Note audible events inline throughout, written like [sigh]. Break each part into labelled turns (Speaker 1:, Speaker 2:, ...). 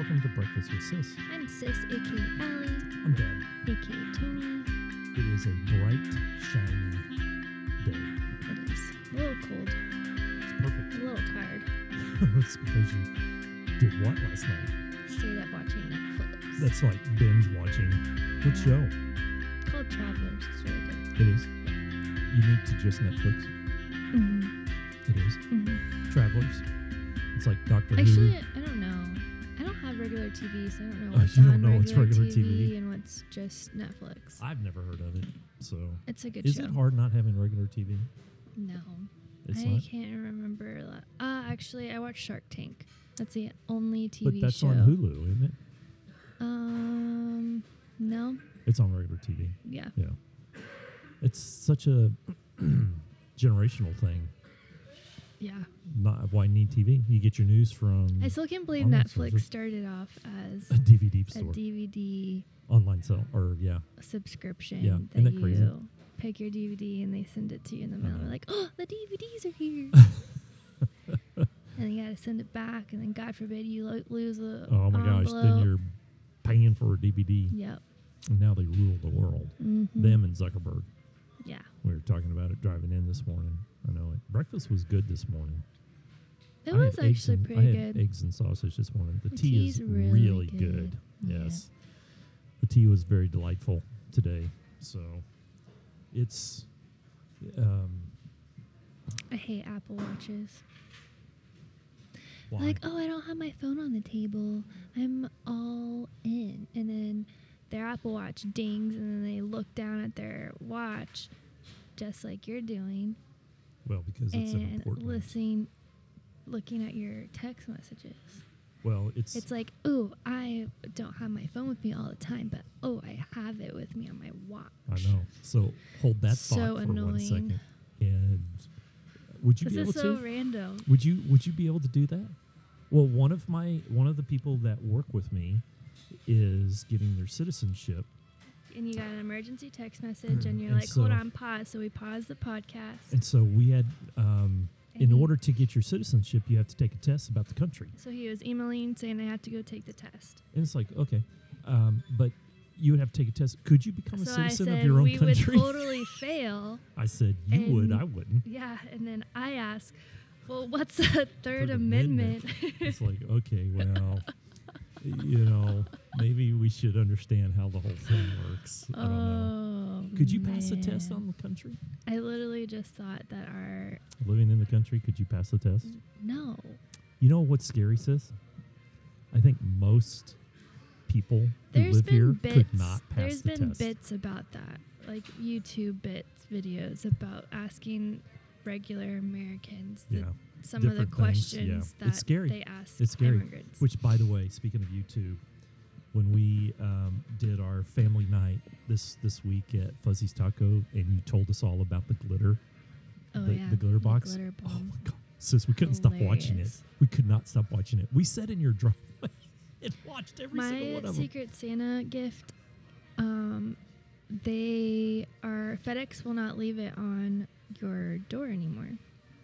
Speaker 1: This was Sis.
Speaker 2: I'm Sis, aka Allie,
Speaker 1: I'm dead.
Speaker 2: aka Tony.
Speaker 1: It is a bright, shiny day.
Speaker 2: It is a little cold,
Speaker 1: It's
Speaker 2: a
Speaker 1: perfect. [laughs]
Speaker 2: little tired.
Speaker 1: it's because you did what last night?
Speaker 2: Stayed up watching Netflix.
Speaker 1: That's like binge watching. What show?
Speaker 2: It's called Travelers. It's really good.
Speaker 1: It is. Unique to just Netflix.
Speaker 2: Mm-hmm.
Speaker 1: It is. Travelers. It's like Doctor
Speaker 2: Actually,
Speaker 1: Who.
Speaker 2: I don't know. I don't have regular TV, so I don't
Speaker 1: Mm-hmm.
Speaker 2: know
Speaker 1: Oh,
Speaker 2: what's
Speaker 1: you don't
Speaker 2: on
Speaker 1: know what's regular TV.
Speaker 2: and what's just Netflix.
Speaker 1: I've never heard of it. So,
Speaker 2: It's a good
Speaker 1: is
Speaker 2: show.
Speaker 1: it hard not having regular TV?
Speaker 2: No,
Speaker 1: It's
Speaker 2: I
Speaker 1: not.
Speaker 2: can't remember. a lot. Uh, actually, I watched Shark Tank. That's the only TV
Speaker 1: But that's
Speaker 2: show.
Speaker 1: on Hulu, isn't it?
Speaker 2: Um, no,
Speaker 1: It's on regular TV.
Speaker 2: yeah.
Speaker 1: Yeah. It's such a [clears throat] generational thing.
Speaker 2: Yeah.
Speaker 1: Not why need TV? You get your news from
Speaker 2: I still can't believe
Speaker 1: Online
Speaker 2: Netflix
Speaker 1: service.
Speaker 2: started off as
Speaker 1: a DVD
Speaker 2: a
Speaker 1: store,
Speaker 2: DVD
Speaker 1: online sell, or yeah,
Speaker 2: subscription
Speaker 1: Yeah,
Speaker 2: that,
Speaker 1: isn't that
Speaker 2: you
Speaker 1: crazy? Uh-huh.
Speaker 2: pick your DVD and they send it to you in the
Speaker 1: I
Speaker 2: mail.
Speaker 1: know.
Speaker 2: We're like, oh, the DVDs
Speaker 1: [laughs]
Speaker 2: are here. and you got to send it back, and then God forbid you lo- lose a
Speaker 1: Oh my gosh, then
Speaker 2: envelope.
Speaker 1: you're paying for a DVD.
Speaker 2: yep.
Speaker 1: And now they rule the world.
Speaker 2: Mm-hmm.
Speaker 1: Them and Zuckerberg.
Speaker 2: Yeah.
Speaker 1: We were talking about it driving in this morning. I know it. Breakfast was good this morning.
Speaker 2: It
Speaker 1: I had
Speaker 2: was
Speaker 1: eggs
Speaker 2: actually
Speaker 1: and-
Speaker 2: pretty
Speaker 1: I had
Speaker 2: good.
Speaker 1: eggs and sausage this morning. The,
Speaker 2: The
Speaker 1: tea is
Speaker 2: tea's really
Speaker 1: really good.
Speaker 2: good. Yeah.
Speaker 1: Yes. The tea was very delightful today. So it's um
Speaker 2: I hate Apple Watches.
Speaker 1: why?
Speaker 2: Like, oh, I don't have my phone on the table. I'm all in. And then their Apple Watch dings, and then they look down at their watch, just like you're doing,
Speaker 1: well, because it's an
Speaker 2: and
Speaker 1: important
Speaker 2: listening, looking at your text messages.
Speaker 1: well, it's,
Speaker 2: It's like, oh, I don't have my phone with me all the time, but oh, I have it with me on my watch.
Speaker 1: I know. So hold that
Speaker 2: So
Speaker 1: thought for one
Speaker 2: annoying.
Speaker 1: second. And would you
Speaker 2: This
Speaker 1: be able
Speaker 2: is so
Speaker 1: to
Speaker 2: random.
Speaker 1: Would you would you be able to do that? Well, one of my one of the people that work with me is getting their citizenship.
Speaker 2: And you got an emergency text message,
Speaker 1: [clears throat]
Speaker 2: and you're
Speaker 1: And
Speaker 2: like, hold
Speaker 1: so-
Speaker 2: on, pause. So we pause the podcast.
Speaker 1: And so we had um,
Speaker 2: and
Speaker 1: in
Speaker 2: he-
Speaker 1: order to get your citizenship, you have to take a test about the country.
Speaker 2: So he was emailing saying I had to go take the test.
Speaker 1: And it's like, okay, um, but you would have to take a test. Could you become a
Speaker 2: so I
Speaker 1: citizen
Speaker 2: said
Speaker 1: of your own
Speaker 2: we
Speaker 1: country? [laughs]
Speaker 2: would totally fail.
Speaker 1: I said you would,
Speaker 2: and-
Speaker 1: I wouldn't.
Speaker 2: Yeah, and then I asked, well, what's a third,
Speaker 1: Third
Speaker 2: amendment?
Speaker 1: Amendment.
Speaker 2: [laughs]
Speaker 1: It's like, okay, well, you know, maybe we should understand how the whole thing works. I don't know.
Speaker 2: Oh,
Speaker 1: Could you pass a test
Speaker 2: man.
Speaker 1: on the country?
Speaker 2: I literally just thought that our
Speaker 1: Living in the country, could you pass the test?
Speaker 2: no.
Speaker 1: You know what's scary, sis? I think most people who
Speaker 2: There's
Speaker 1: live
Speaker 2: been
Speaker 1: here
Speaker 2: bits.
Speaker 1: could not pass
Speaker 2: There's
Speaker 1: the
Speaker 2: been
Speaker 1: test.
Speaker 2: bits about that, like YouTube bits videos about asking regular Americans the,
Speaker 1: yeah,
Speaker 2: some of
Speaker 1: different
Speaker 2: the
Speaker 1: things, yeah.
Speaker 2: questions that
Speaker 1: It's scary.
Speaker 2: they ask
Speaker 1: It's scary.
Speaker 2: immigrants.
Speaker 1: Which, by the way, speaking of YouTube, when we um, did our family night this this week at Fuzzy's Taco, and you told us all about the glitter,
Speaker 2: oh,
Speaker 1: the,
Speaker 2: yeah.
Speaker 1: the glitter box.
Speaker 2: glitter
Speaker 1: oh
Speaker 2: bomb.
Speaker 1: my god, sis, we couldn't stop watching it.
Speaker 2: Hilarious.
Speaker 1: We could not stop watching it. We sat in your driveway [laughs] and watched every single
Speaker 2: my
Speaker 1: one of them.
Speaker 2: Secret Santa gift, um, they are FedEx will not leave it on your door anymore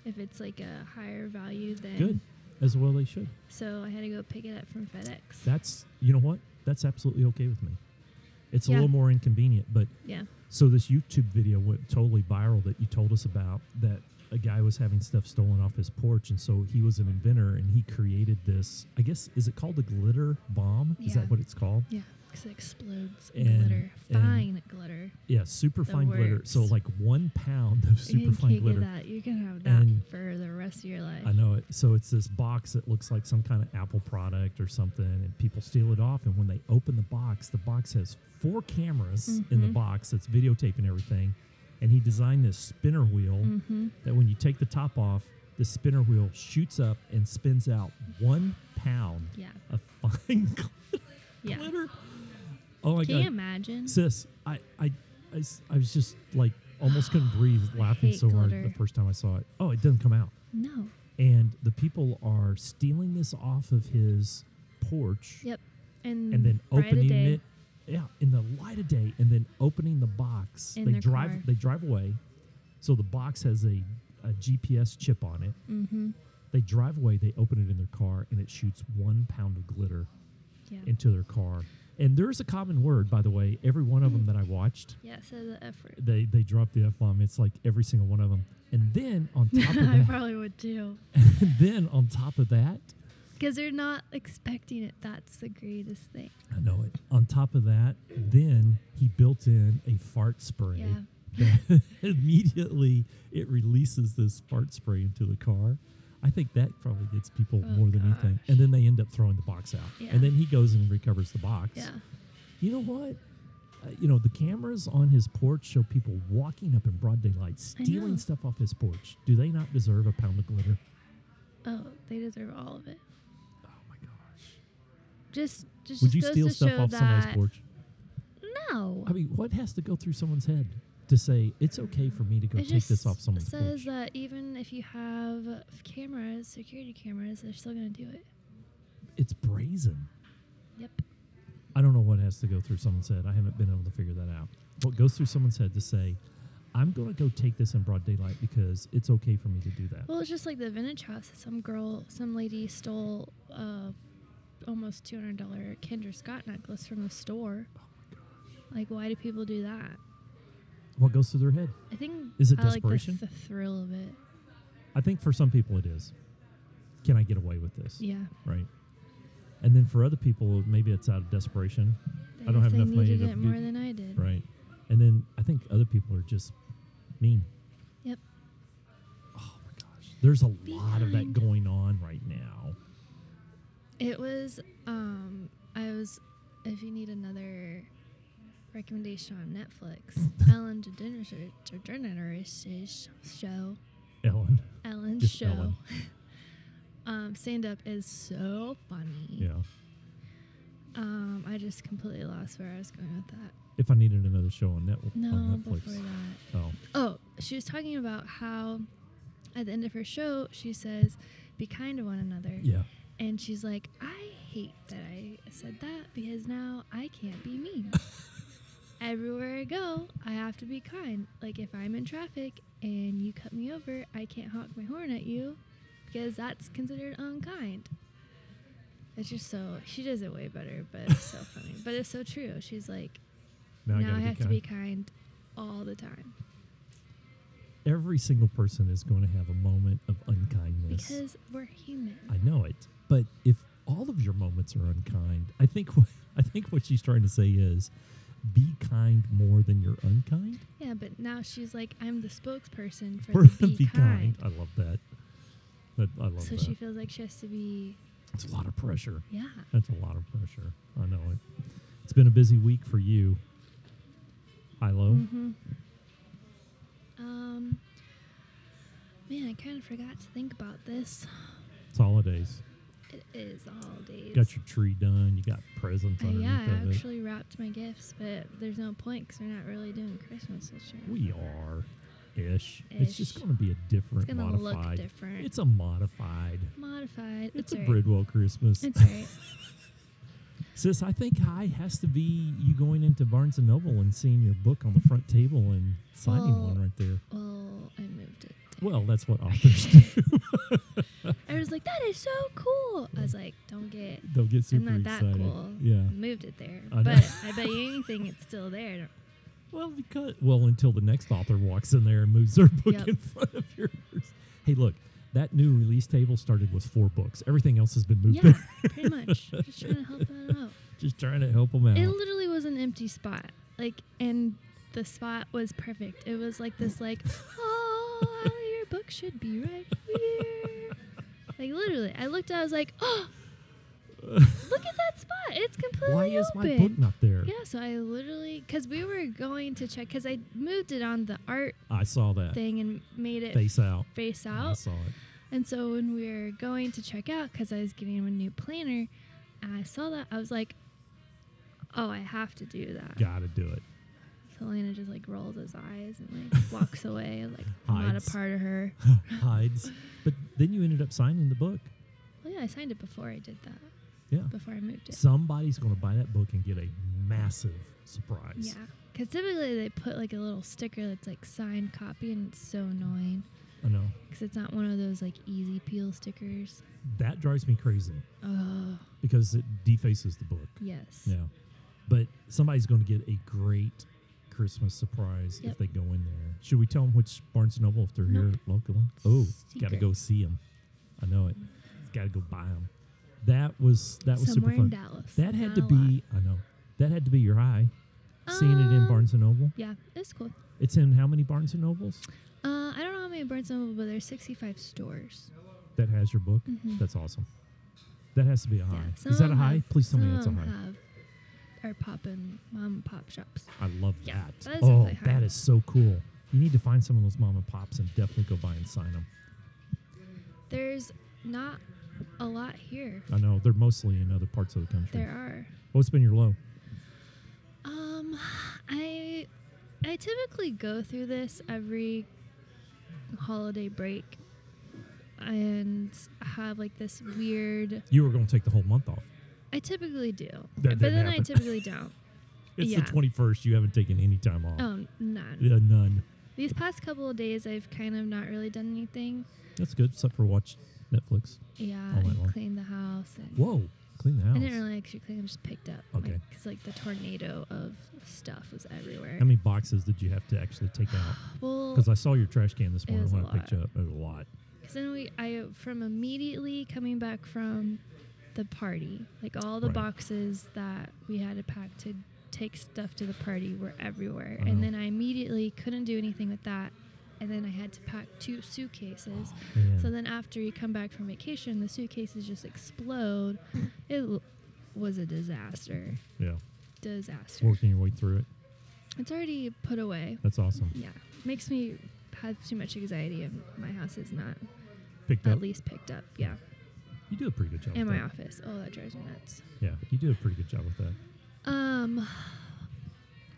Speaker 2: if it's like a higher value than.
Speaker 1: Good, as well they should.
Speaker 2: So I had to go pick it up from FedEx.
Speaker 1: That's you know what? That's absolutely okay with me. It's a
Speaker 2: Yeah.
Speaker 1: little more inconvenient, but
Speaker 2: yeah,
Speaker 1: so this YouTube video went totally viral that you told us about that a guy was having stuff stolen off his porch and so he was an inventor and he created this I guess is it called a glitter bomb? Is
Speaker 2: Yeah.
Speaker 1: that what it's called?
Speaker 2: yeah, because it explodes
Speaker 1: And-
Speaker 2: glitter,
Speaker 1: and
Speaker 2: fine glitter.
Speaker 1: Yeah, super fine glitter. So
Speaker 2: works.
Speaker 1: like one pound of
Speaker 2: you
Speaker 1: super
Speaker 2: can
Speaker 1: fine
Speaker 2: take
Speaker 1: glitter.
Speaker 2: that. You can have that
Speaker 1: And-
Speaker 2: for the rest of your life.
Speaker 1: I know it. So it's this box that looks like some kind of Apple product or something, and people steal it off. And when they open the box, the box has four cameras in the
Speaker 2: Mhm.
Speaker 1: box that's videotaping everything. And he designed this spinner wheel
Speaker 2: Mm-hmm.
Speaker 1: that when you take the top off, the spinner wheel shoots up and spins out one pound
Speaker 2: Yeah,
Speaker 1: of [laughs] fine glitter.
Speaker 2: yeah.
Speaker 1: Oh my
Speaker 2: Can you
Speaker 1: god,
Speaker 2: imagine?
Speaker 1: sis! I, I, I s- I was just like almost couldn't breathe
Speaker 2: [gasps]
Speaker 1: laughing
Speaker 2: hate
Speaker 1: so hard
Speaker 2: glitter.
Speaker 1: the first time I saw it. Oh, it doesn't come out.
Speaker 2: no.
Speaker 1: and the people are stealing this off of his porch
Speaker 2: Yep. And
Speaker 1: and then
Speaker 2: bright a
Speaker 1: opening
Speaker 2: day.
Speaker 1: it yeah in the light of day and then opening the box
Speaker 2: In
Speaker 1: they
Speaker 2: their
Speaker 1: drive
Speaker 2: car.
Speaker 1: they drive away so the box has a, a gps chip on it
Speaker 2: Mm-hmm.
Speaker 1: they drive away they open it in their car and it shoots one pound of glitter
Speaker 2: Yeah.
Speaker 1: into their car. And there's a common word, by the way, every one of them that I watched.
Speaker 2: Yeah, so the effort.
Speaker 1: They they drop the f bomb. It's like every single one of them. And then
Speaker 2: [laughs]
Speaker 1: on top of [laughs]
Speaker 2: I
Speaker 1: that,
Speaker 2: probably would too.
Speaker 1: and [laughs] then on top of that,
Speaker 2: Because they're not expecting it. That's the greatest thing.
Speaker 1: I know it. On top of that, then he built in a fart spray.
Speaker 2: Yeah.
Speaker 1: [laughs] that immediately it releases this fart spray into the car. I think that probably gets people
Speaker 2: Oh,
Speaker 1: more than anything.
Speaker 2: gosh.
Speaker 1: And then they end up throwing the box out.
Speaker 2: Yeah.
Speaker 1: And then he goes and recovers the box.
Speaker 2: Yeah.
Speaker 1: You know what? Uh, you know, the cameras on his porch show people walking up in broad daylight,
Speaker 2: I
Speaker 1: stealing
Speaker 2: know.
Speaker 1: stuff off his porch. Do they not deserve a pound of glitter?
Speaker 2: Oh, they deserve all of it.
Speaker 1: Oh my gosh.
Speaker 2: Just, just
Speaker 1: Would
Speaker 2: just
Speaker 1: you
Speaker 2: goes
Speaker 1: steal
Speaker 2: to
Speaker 1: stuff
Speaker 2: show
Speaker 1: off
Speaker 2: that.
Speaker 1: somebody's porch?
Speaker 2: No.
Speaker 1: I mean, what has to go through someone's head to say, it's okay for me to go
Speaker 2: it
Speaker 1: take
Speaker 2: just
Speaker 1: this off someone's porch?
Speaker 2: says that even if you have uh, cameras, security cameras, they're still gonna do it.
Speaker 1: it's brazen.
Speaker 2: Yep.
Speaker 1: I don't know what has to go through someone's head. I haven't been able to figure that out. What goes through someone's head to say, I'm going to go take this in broad daylight because it's okay for me to do that.
Speaker 2: Well, it's just like the vintage house. Some girl, some lady stole uh, almost two hundred dollar Kendra Scott necklace from a store.
Speaker 1: oh my gosh.
Speaker 2: Like, why do people do that?
Speaker 1: What goes through their head?
Speaker 2: I think
Speaker 1: Is it
Speaker 2: I like the,
Speaker 1: desperation?
Speaker 2: the thrill of it.
Speaker 1: I think for some people it is. Can I get away with this?
Speaker 2: Yeah.
Speaker 1: Right. And then for other people, maybe it's out of desperation.
Speaker 2: They
Speaker 1: I don't have
Speaker 2: guess
Speaker 1: enough money
Speaker 2: needed
Speaker 1: to
Speaker 2: it
Speaker 1: do-
Speaker 2: more than I did.
Speaker 1: Right. And then I think other people are just mean.
Speaker 2: Yep.
Speaker 1: Oh my gosh. There's a
Speaker 2: Be
Speaker 1: lot of that
Speaker 2: kind.
Speaker 1: going on right now.
Speaker 2: It was. Um, I was. If you need another recommendation on
Speaker 1: [laughs]
Speaker 2: Netflix, Ellen DeGeneres DeGeneres' show.
Speaker 1: Ellen.
Speaker 2: Ellen's
Speaker 1: Just
Speaker 2: show.
Speaker 1: Ellen.
Speaker 2: [laughs] um, stand up is so funny.
Speaker 1: Yeah.
Speaker 2: Um, I just completely lost where I was going with that.
Speaker 1: If I needed another show on, net-
Speaker 2: No,
Speaker 1: on Netflix.
Speaker 2: before that.
Speaker 1: Oh,
Speaker 2: Oh, she was talking about how at the end of her show she says, "Be kind to one another."
Speaker 1: yeah.
Speaker 2: And she's like, I hate that I said that because now I can't be mean.
Speaker 1: [laughs]
Speaker 2: Everywhere I go, I have to be kind. Like if I'm in traffic and you cut me over, I can't honk my horn at you because that's considered unkind. It's just so she does it way better, but
Speaker 1: [laughs]
Speaker 2: it's so funny. But it's so true. She's like,
Speaker 1: Now, I,
Speaker 2: now I,
Speaker 1: gotta
Speaker 2: have
Speaker 1: be kind.
Speaker 2: to be kind all the time
Speaker 1: Every single person is going to have a moment of unkindness.
Speaker 2: because we're human.
Speaker 1: I know it. But if all of your moments are unkind, I think [laughs] what, I think what she's trying to say is be kind more than you're unkind.
Speaker 2: yeah, but now she's like, I'm the spokesperson for
Speaker 1: Or [laughs]
Speaker 2: the be, kind.
Speaker 1: I love that. That I love
Speaker 2: So
Speaker 1: that.
Speaker 2: she feels like she has to be,
Speaker 1: it's a lot of pressure.
Speaker 2: yeah.
Speaker 1: That's a lot of pressure. I know it. It's been a busy week for you. Hi low.
Speaker 2: Mm-hmm. Um, man, I kind of forgot to think about this.
Speaker 1: It's holidays.
Speaker 2: It is holidays.
Speaker 1: Got your tree done. You got presents
Speaker 2: Uh,
Speaker 1: underneath
Speaker 2: yeah, I
Speaker 1: of it.
Speaker 2: actually wrapped my gifts, but there's no point because we're not really doing Christmas this year.
Speaker 1: We are ish. It's just
Speaker 2: Ish.
Speaker 1: going to be a different
Speaker 2: it's gonna
Speaker 1: modified.
Speaker 2: look different.
Speaker 1: It's a modified.
Speaker 2: modified.
Speaker 1: It's
Speaker 2: That's
Speaker 1: a
Speaker 2: right.
Speaker 1: Bridwell Christmas.
Speaker 2: It's right.
Speaker 1: [laughs] Sis, I think high has to be you going into Barnes and Noble and seeing your book on the front table and signing
Speaker 2: Well-
Speaker 1: one right there.
Speaker 2: well, I moved it. [laughs]
Speaker 1: Well, that's what authors [laughs] do.
Speaker 2: I was like, that is so cool. I was like, don't get.
Speaker 1: They'll get
Speaker 2: I'm
Speaker 1: super
Speaker 2: not that
Speaker 1: excited.
Speaker 2: cool. Mm.
Speaker 1: Yeah.
Speaker 2: I moved it there,
Speaker 1: I know.
Speaker 2: but I bet you anything, it's still there.
Speaker 1: Well, because well, until the next author walks in there and moves their book
Speaker 2: Yep.
Speaker 1: in [laughs] front of yours. Hey, look, that new release table started with four books. Everything else has been moved. [laughs]
Speaker 2: Yeah,
Speaker 1: there.
Speaker 2: pretty much. Just trying to help that out.
Speaker 1: Just trying to help them out.
Speaker 2: It literally was an empty spot. Like, and the spot was perfect. It was like this, like, oh, [laughs] Allie, your book should be right here. Like, literally, I looked, I was like, oh, look at that spot. It's completely
Speaker 1: Why is
Speaker 2: open.
Speaker 1: my book not there?
Speaker 2: yeah, so I literally, because we were going to check, because I moved it on the art
Speaker 1: I saw that
Speaker 2: thing and made it
Speaker 1: face out.
Speaker 2: face
Speaker 1: I
Speaker 2: out.
Speaker 1: saw it.
Speaker 2: And so when we were going to check out, because I was getting him a new planner, and I saw that, I was like, oh, I have to do that.
Speaker 1: Gotta do it.
Speaker 2: So Lana just like rolls his eyes and like [laughs] walks away, like I'm not a
Speaker 1: Hides.
Speaker 2: part of her.
Speaker 1: Hides. But then you ended up signing the book.
Speaker 2: Well, yeah, I signed it before I did that,
Speaker 1: Yeah.
Speaker 2: before I moved it.
Speaker 1: Somebody's gonna buy that book and get a massive surprise.
Speaker 2: Yeah. Because typically they put like a little sticker that's like signed copy, and it's so annoying.
Speaker 1: I know.
Speaker 2: because it's not one of those like easy peel stickers.
Speaker 1: That drives me crazy
Speaker 2: Oh,
Speaker 1: because it defaces the book.
Speaker 2: yes.
Speaker 1: Yeah. But somebody's going to get a great Christmas surprise if
Speaker 2: Yep.
Speaker 1: they go in there. Should we tell them which Barnes and Noble if they're here
Speaker 2: Nope.
Speaker 1: locally? Oh, got to
Speaker 2: Secret.
Speaker 1: go see them. I know it. Got to go buy them. That was that was
Speaker 2: Somewhere
Speaker 1: super fun.
Speaker 2: in Dallas.
Speaker 1: That had
Speaker 2: Not
Speaker 1: to
Speaker 2: a lot.
Speaker 1: be I know. That had to be your high. Seeing it in
Speaker 2: Um,
Speaker 1: Barnes and Noble.
Speaker 2: Yeah, it's cool.
Speaker 1: It's in how many Barnes and Nobles?
Speaker 2: Uh, I don't know how many Barnes and Noble, but there's 65 stores.
Speaker 1: that has your book.
Speaker 2: Mhm.
Speaker 1: That's awesome. That has to be a
Speaker 2: Yeah,
Speaker 1: high.
Speaker 2: some
Speaker 1: Is that
Speaker 2: of
Speaker 1: a
Speaker 2: 'em
Speaker 1: high?
Speaker 2: have-
Speaker 1: Please tell me
Speaker 2: some
Speaker 1: that's a
Speaker 2: of 'em
Speaker 1: high.
Speaker 2: Have our pop and mom and pop shops.
Speaker 1: I love
Speaker 2: Yeah,
Speaker 1: that.
Speaker 2: that is
Speaker 1: oh,
Speaker 2: definitely high.
Speaker 1: that is so cool. You need to find some of those mom and pops and definitely go by and sign them.
Speaker 2: There's not a lot here.
Speaker 1: I know they're mostly in other parts of the country.
Speaker 2: There are.
Speaker 1: What's been your low?
Speaker 2: Um, I I typically go through this every holiday break and have like this weird.
Speaker 1: You were going to take the whole month off.
Speaker 2: I typically do,
Speaker 1: That
Speaker 2: but
Speaker 1: didn't
Speaker 2: then
Speaker 1: happen.
Speaker 2: I typically don't.
Speaker 1: It's
Speaker 2: Yeah.
Speaker 1: the twenty first. You haven't taken any time off.
Speaker 2: Oh, none.
Speaker 1: Yeah, none.
Speaker 2: These past couple of days, I've kind of not really done anything.
Speaker 1: That's good, except for watch Netflix.
Speaker 2: Yeah,
Speaker 1: All night
Speaker 2: and
Speaker 1: long.
Speaker 2: cleaned the house. And
Speaker 1: Oh, Whoa, clean the house.
Speaker 2: I didn't really actually clean. I just picked up.
Speaker 1: Okay.
Speaker 2: Because like the tornado of stuff was everywhere.
Speaker 1: How many boxes did you have to actually take
Speaker 2: [gasps]
Speaker 1: out?
Speaker 2: well,
Speaker 1: Because I saw your trash can this
Speaker 2: It
Speaker 1: morning
Speaker 2: was
Speaker 1: when
Speaker 2: a
Speaker 1: I picked you up. It was a lot.
Speaker 2: Because then we, I, from immediately coming back from the party, like all the
Speaker 1: Right.
Speaker 2: boxes that we had to pack to take stuff to the party were everywhere.
Speaker 1: I know.
Speaker 2: And then I immediately couldn't do anything with that. And then I had to pack two suitcases.
Speaker 1: Man.
Speaker 2: So then after you come back from vacation, the suitcases just explode. it l- was a disaster.
Speaker 1: yeah,
Speaker 2: Disaster.
Speaker 1: working your way through it.
Speaker 2: It's already put away.
Speaker 1: That's awesome.
Speaker 2: Yeah. Makes me have too much anxiety, and my house is not
Speaker 1: Picked
Speaker 2: at
Speaker 1: up.
Speaker 2: least picked up. Yeah.
Speaker 1: You do a pretty good job.
Speaker 2: in
Speaker 1: with
Speaker 2: my
Speaker 1: that.
Speaker 2: office. Oh, that drives me nuts.
Speaker 1: Yeah, you do a pretty good job with that.
Speaker 2: Um,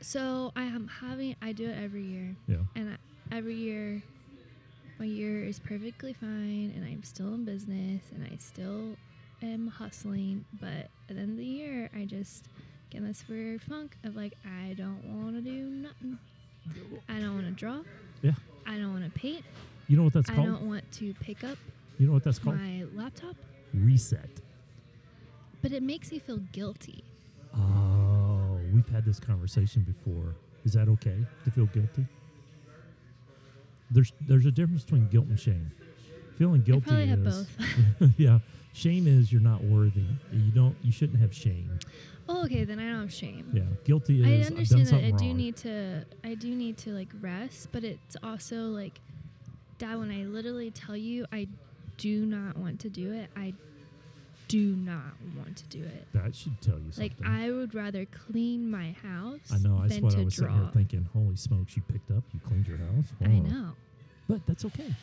Speaker 2: so I am having I do it every year,
Speaker 1: Yeah.
Speaker 2: and I, every year my year is perfectly fine, and I'm still in business, and I still am hustling. But at the end of the year, I just get in this weird funk of like I don't want to do nothing. I don't want to draw.
Speaker 1: Yeah.
Speaker 2: I don't want to paint.
Speaker 1: You know what that's
Speaker 2: I
Speaker 1: called?
Speaker 2: don't want to pick up
Speaker 1: You know what that's called?
Speaker 2: my laptop.
Speaker 1: Reset.
Speaker 2: But it makes me feel guilty.
Speaker 1: Oh, we've had this conversation before. Is that okay to feel guilty? There's there's a difference between guilt and shame. Feeling guilty
Speaker 2: probably have
Speaker 1: is [laughs] yeah. Shame is you're not worthy. You don't you shouldn't have shame.
Speaker 2: Oh, okay, then I don't have shame.
Speaker 1: Yeah. Guilty
Speaker 2: I
Speaker 1: is have done
Speaker 2: understand that
Speaker 1: something
Speaker 2: I do
Speaker 1: wrong.
Speaker 2: need to I do need to like rest, but it's also like Dad, when I literally tell you I do not want to do it, I do not want to do it.
Speaker 1: that should tell you
Speaker 2: Like
Speaker 1: something.
Speaker 2: I would rather clean my house.
Speaker 1: I know. That's
Speaker 2: than
Speaker 1: what
Speaker 2: to
Speaker 1: I was
Speaker 2: draw.
Speaker 1: sitting here thinking. Holy smokes! You picked up. You cleaned your house.
Speaker 2: I
Speaker 1: Wow.
Speaker 2: know.
Speaker 1: But that's okay.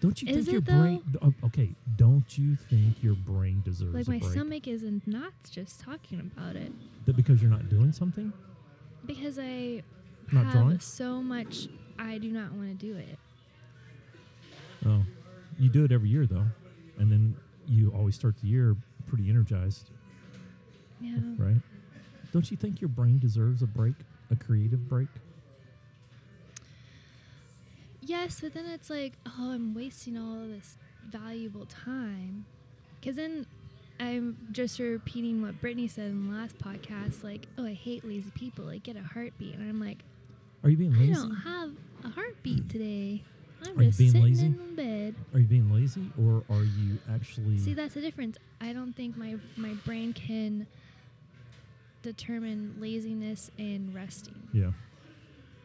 Speaker 1: Don't you
Speaker 2: Is
Speaker 1: think your
Speaker 2: it,
Speaker 1: brain? oh, Okay, don't you think your brain deserves
Speaker 2: Like
Speaker 1: a
Speaker 2: my
Speaker 1: break?
Speaker 2: stomach is in knots just talking about it
Speaker 1: That because you're not doing something?
Speaker 2: because I
Speaker 1: Not
Speaker 2: have
Speaker 1: drawing?
Speaker 2: so much. I do not want to do it.
Speaker 1: Oh, you do it every year though, and then you always start the year pretty energized,
Speaker 2: Yeah.
Speaker 1: right? Don't you think your brain deserves a break, a creative break?
Speaker 2: Yes, but then it's like, oh, I'm wasting all of this valuable time. Because then I'm just repeating what Brittany said in the last podcast like, oh, I hate lazy people. Like, get a heartbeat. And I'm like,
Speaker 1: Are you being
Speaker 2: I
Speaker 1: lazy?
Speaker 2: don't have a heartbeat today. I'm
Speaker 1: Are you
Speaker 2: just
Speaker 1: being
Speaker 2: sitting
Speaker 1: lazy?
Speaker 2: in bed.
Speaker 1: Are you being lazy, or are you actually?
Speaker 2: See, that's the difference. I don't think my, my brain can determine laziness and resting.
Speaker 1: yeah.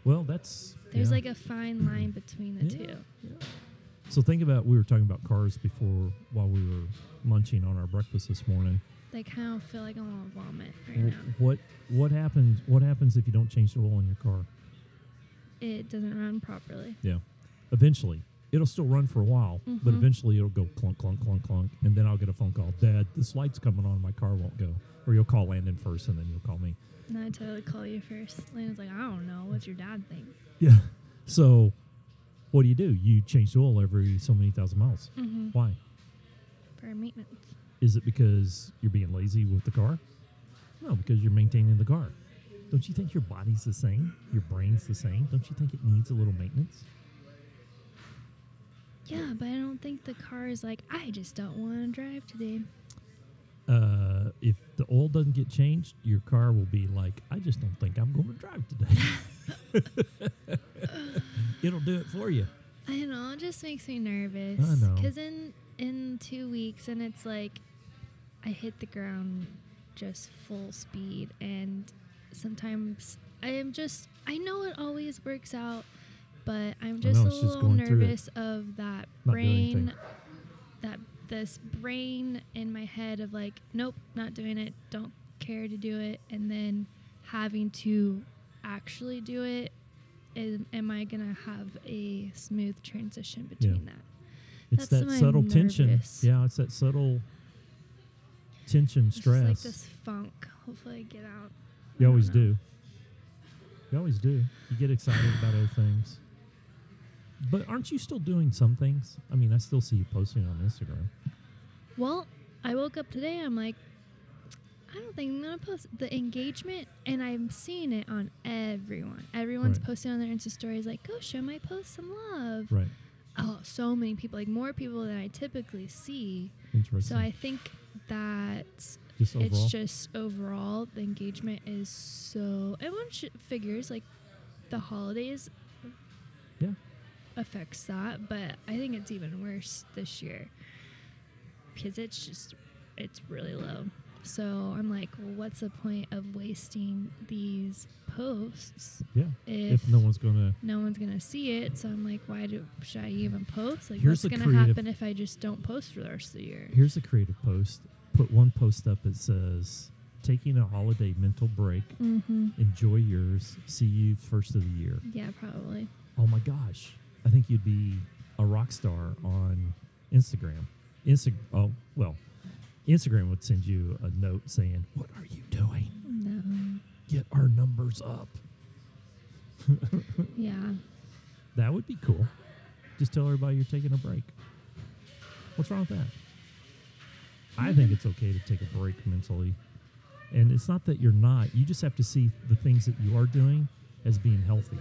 Speaker 1: Well, that's
Speaker 2: There's
Speaker 1: yeah.
Speaker 2: like a fine line between the
Speaker 1: Yeah.
Speaker 2: two.
Speaker 1: So think about we were talking about cars before while we were munching on our breakfast this morning.
Speaker 2: Like, I don't feel like I want to vomit right
Speaker 1: Wh-
Speaker 2: now.
Speaker 1: What what happens what happens if you don't change the oil in your car?
Speaker 2: It doesn't run properly.
Speaker 1: Yeah. Eventually. It'll still run for a while, but
Speaker 2: Mhm.
Speaker 1: eventually it'll go clunk, clunk, clunk, clunk, and then I'll get a phone call. Dad, this light's coming on, my car won't go. Or you'll call Landon first and then you'll call me.
Speaker 2: And I totally call you first. Lena's like, I don't know. What's your dad think?
Speaker 1: [laughs] Yeah. So what do you do? You change the oil every so many thousand miles.
Speaker 2: Mm-hmm.
Speaker 1: Why?
Speaker 2: For maintenance.
Speaker 1: Is it because you're being lazy with the car? No, because you're maintaining the car. Don't you think your body's the same? Your brain's the same? Don't you think it needs a little maintenance?
Speaker 2: Yeah, but I don't think the car is like, I just don't want to drive today.
Speaker 1: Uh, if the oil doesn't get changed, your car will be like, I just don't think I'm going to drive today. [laughs] It'll do it for you.
Speaker 2: I know, it just makes me nervous.
Speaker 1: I know.
Speaker 2: Because in, in two weeks, and it's like, I hit the ground just full speed, and sometimes I am just, I know it always works out, but I'm just
Speaker 1: know,
Speaker 2: a
Speaker 1: it's just
Speaker 2: little
Speaker 1: going through it.
Speaker 2: nervous of that
Speaker 1: Not doing anything.
Speaker 2: brain, that this brain in my head of like, nope, not doing it, don't care to do it, and then having to actually do it. Am, am I gonna have a smooth transition between that?
Speaker 1: It's
Speaker 2: That's
Speaker 1: that
Speaker 2: why I'm
Speaker 1: subtle tension.
Speaker 2: nervous.
Speaker 1: Yeah, it's that subtle tension
Speaker 2: It's just
Speaker 1: stress.
Speaker 2: like this funk. Hopefully, I get out.
Speaker 1: you
Speaker 2: I
Speaker 1: always
Speaker 2: don't know.
Speaker 1: do. You always do. You get excited about other things. But aren't you still doing some things? I mean, I still see you posting on Instagram.
Speaker 2: Well, I woke up today. I'm like, I don't think I'm gonna post the engagement, and I'm seeing it on everyone. Everyone's
Speaker 1: Right.
Speaker 2: posting on their Insta stories, like, "Go show my post some love."
Speaker 1: Right.
Speaker 2: Oh, so many people, like more people than I typically see.
Speaker 1: Interesting.
Speaker 2: So I think that
Speaker 1: just overall.
Speaker 2: It's just overall the engagement is so everyone sh- figures like the holidays.
Speaker 1: Yeah.
Speaker 2: Affects that, but I think it's even worse this year because it's just it's really low. So I'm like, well, what's the point of wasting these posts
Speaker 1: yeah.
Speaker 2: if,
Speaker 1: If, no one's going to.
Speaker 2: no one's gonna see it? So I'm like, why do should I even post? Like,
Speaker 1: Here's
Speaker 2: what's
Speaker 1: a
Speaker 2: gonna
Speaker 1: creative-
Speaker 2: happen if I just don't post for the rest of the year?
Speaker 1: Here's a creative post. Put one post up that says, taking a holiday mental break.
Speaker 2: Mm-hmm.
Speaker 1: Enjoy yours. See you first of the year.
Speaker 2: Yeah, probably.
Speaker 1: Oh my gosh. I think you'd be a rock star on Instagram. Insta- oh, well, Instagram would send you a note saying, What are you doing?
Speaker 2: No.
Speaker 1: Get our numbers up.
Speaker 2: Yeah.
Speaker 1: That would be cool. Just tell everybody you're taking a break. What's wrong with that? I think it's okay to take a break mentally. And it's not that you're not, you just have to see the things that you are doing as being healthy,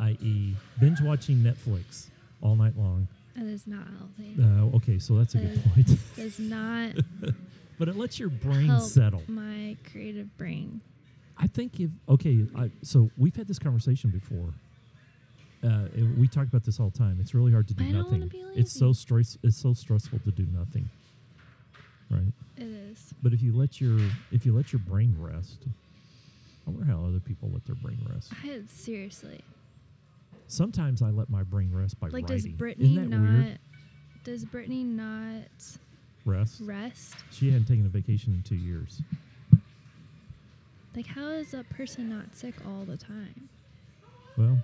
Speaker 1: i.e., binge watching Netflix all night long.
Speaker 2: That is not healthy.
Speaker 1: Uh, okay, so that's a good
Speaker 2: Uh,
Speaker 1: point. [laughs]
Speaker 2: Does not
Speaker 1: but it lets your brain
Speaker 2: help
Speaker 1: settle.
Speaker 2: my creative brain.
Speaker 1: I think if okay, I, so we've had this conversation before. Uh, it- we talk about this all the time. It's really hard to do
Speaker 2: I don't
Speaker 1: nothing.
Speaker 2: wanna be
Speaker 1: It's so stress. It's so stressful to do nothing. Right,
Speaker 2: It is.
Speaker 1: but if you let your if you let your brain rest, I wonder how other people let their brain rest.
Speaker 2: I seriously
Speaker 1: Sometimes I let my brain rest by
Speaker 2: like.
Speaker 1: writing.
Speaker 2: Does Brittany
Speaker 1: Isn't that
Speaker 2: not?
Speaker 1: weird?
Speaker 2: Does Brittany not
Speaker 1: Rest.
Speaker 2: rest?
Speaker 1: She hadn't taken a vacation in two years.
Speaker 2: Like, how is a person not sick all the time?
Speaker 1: Well,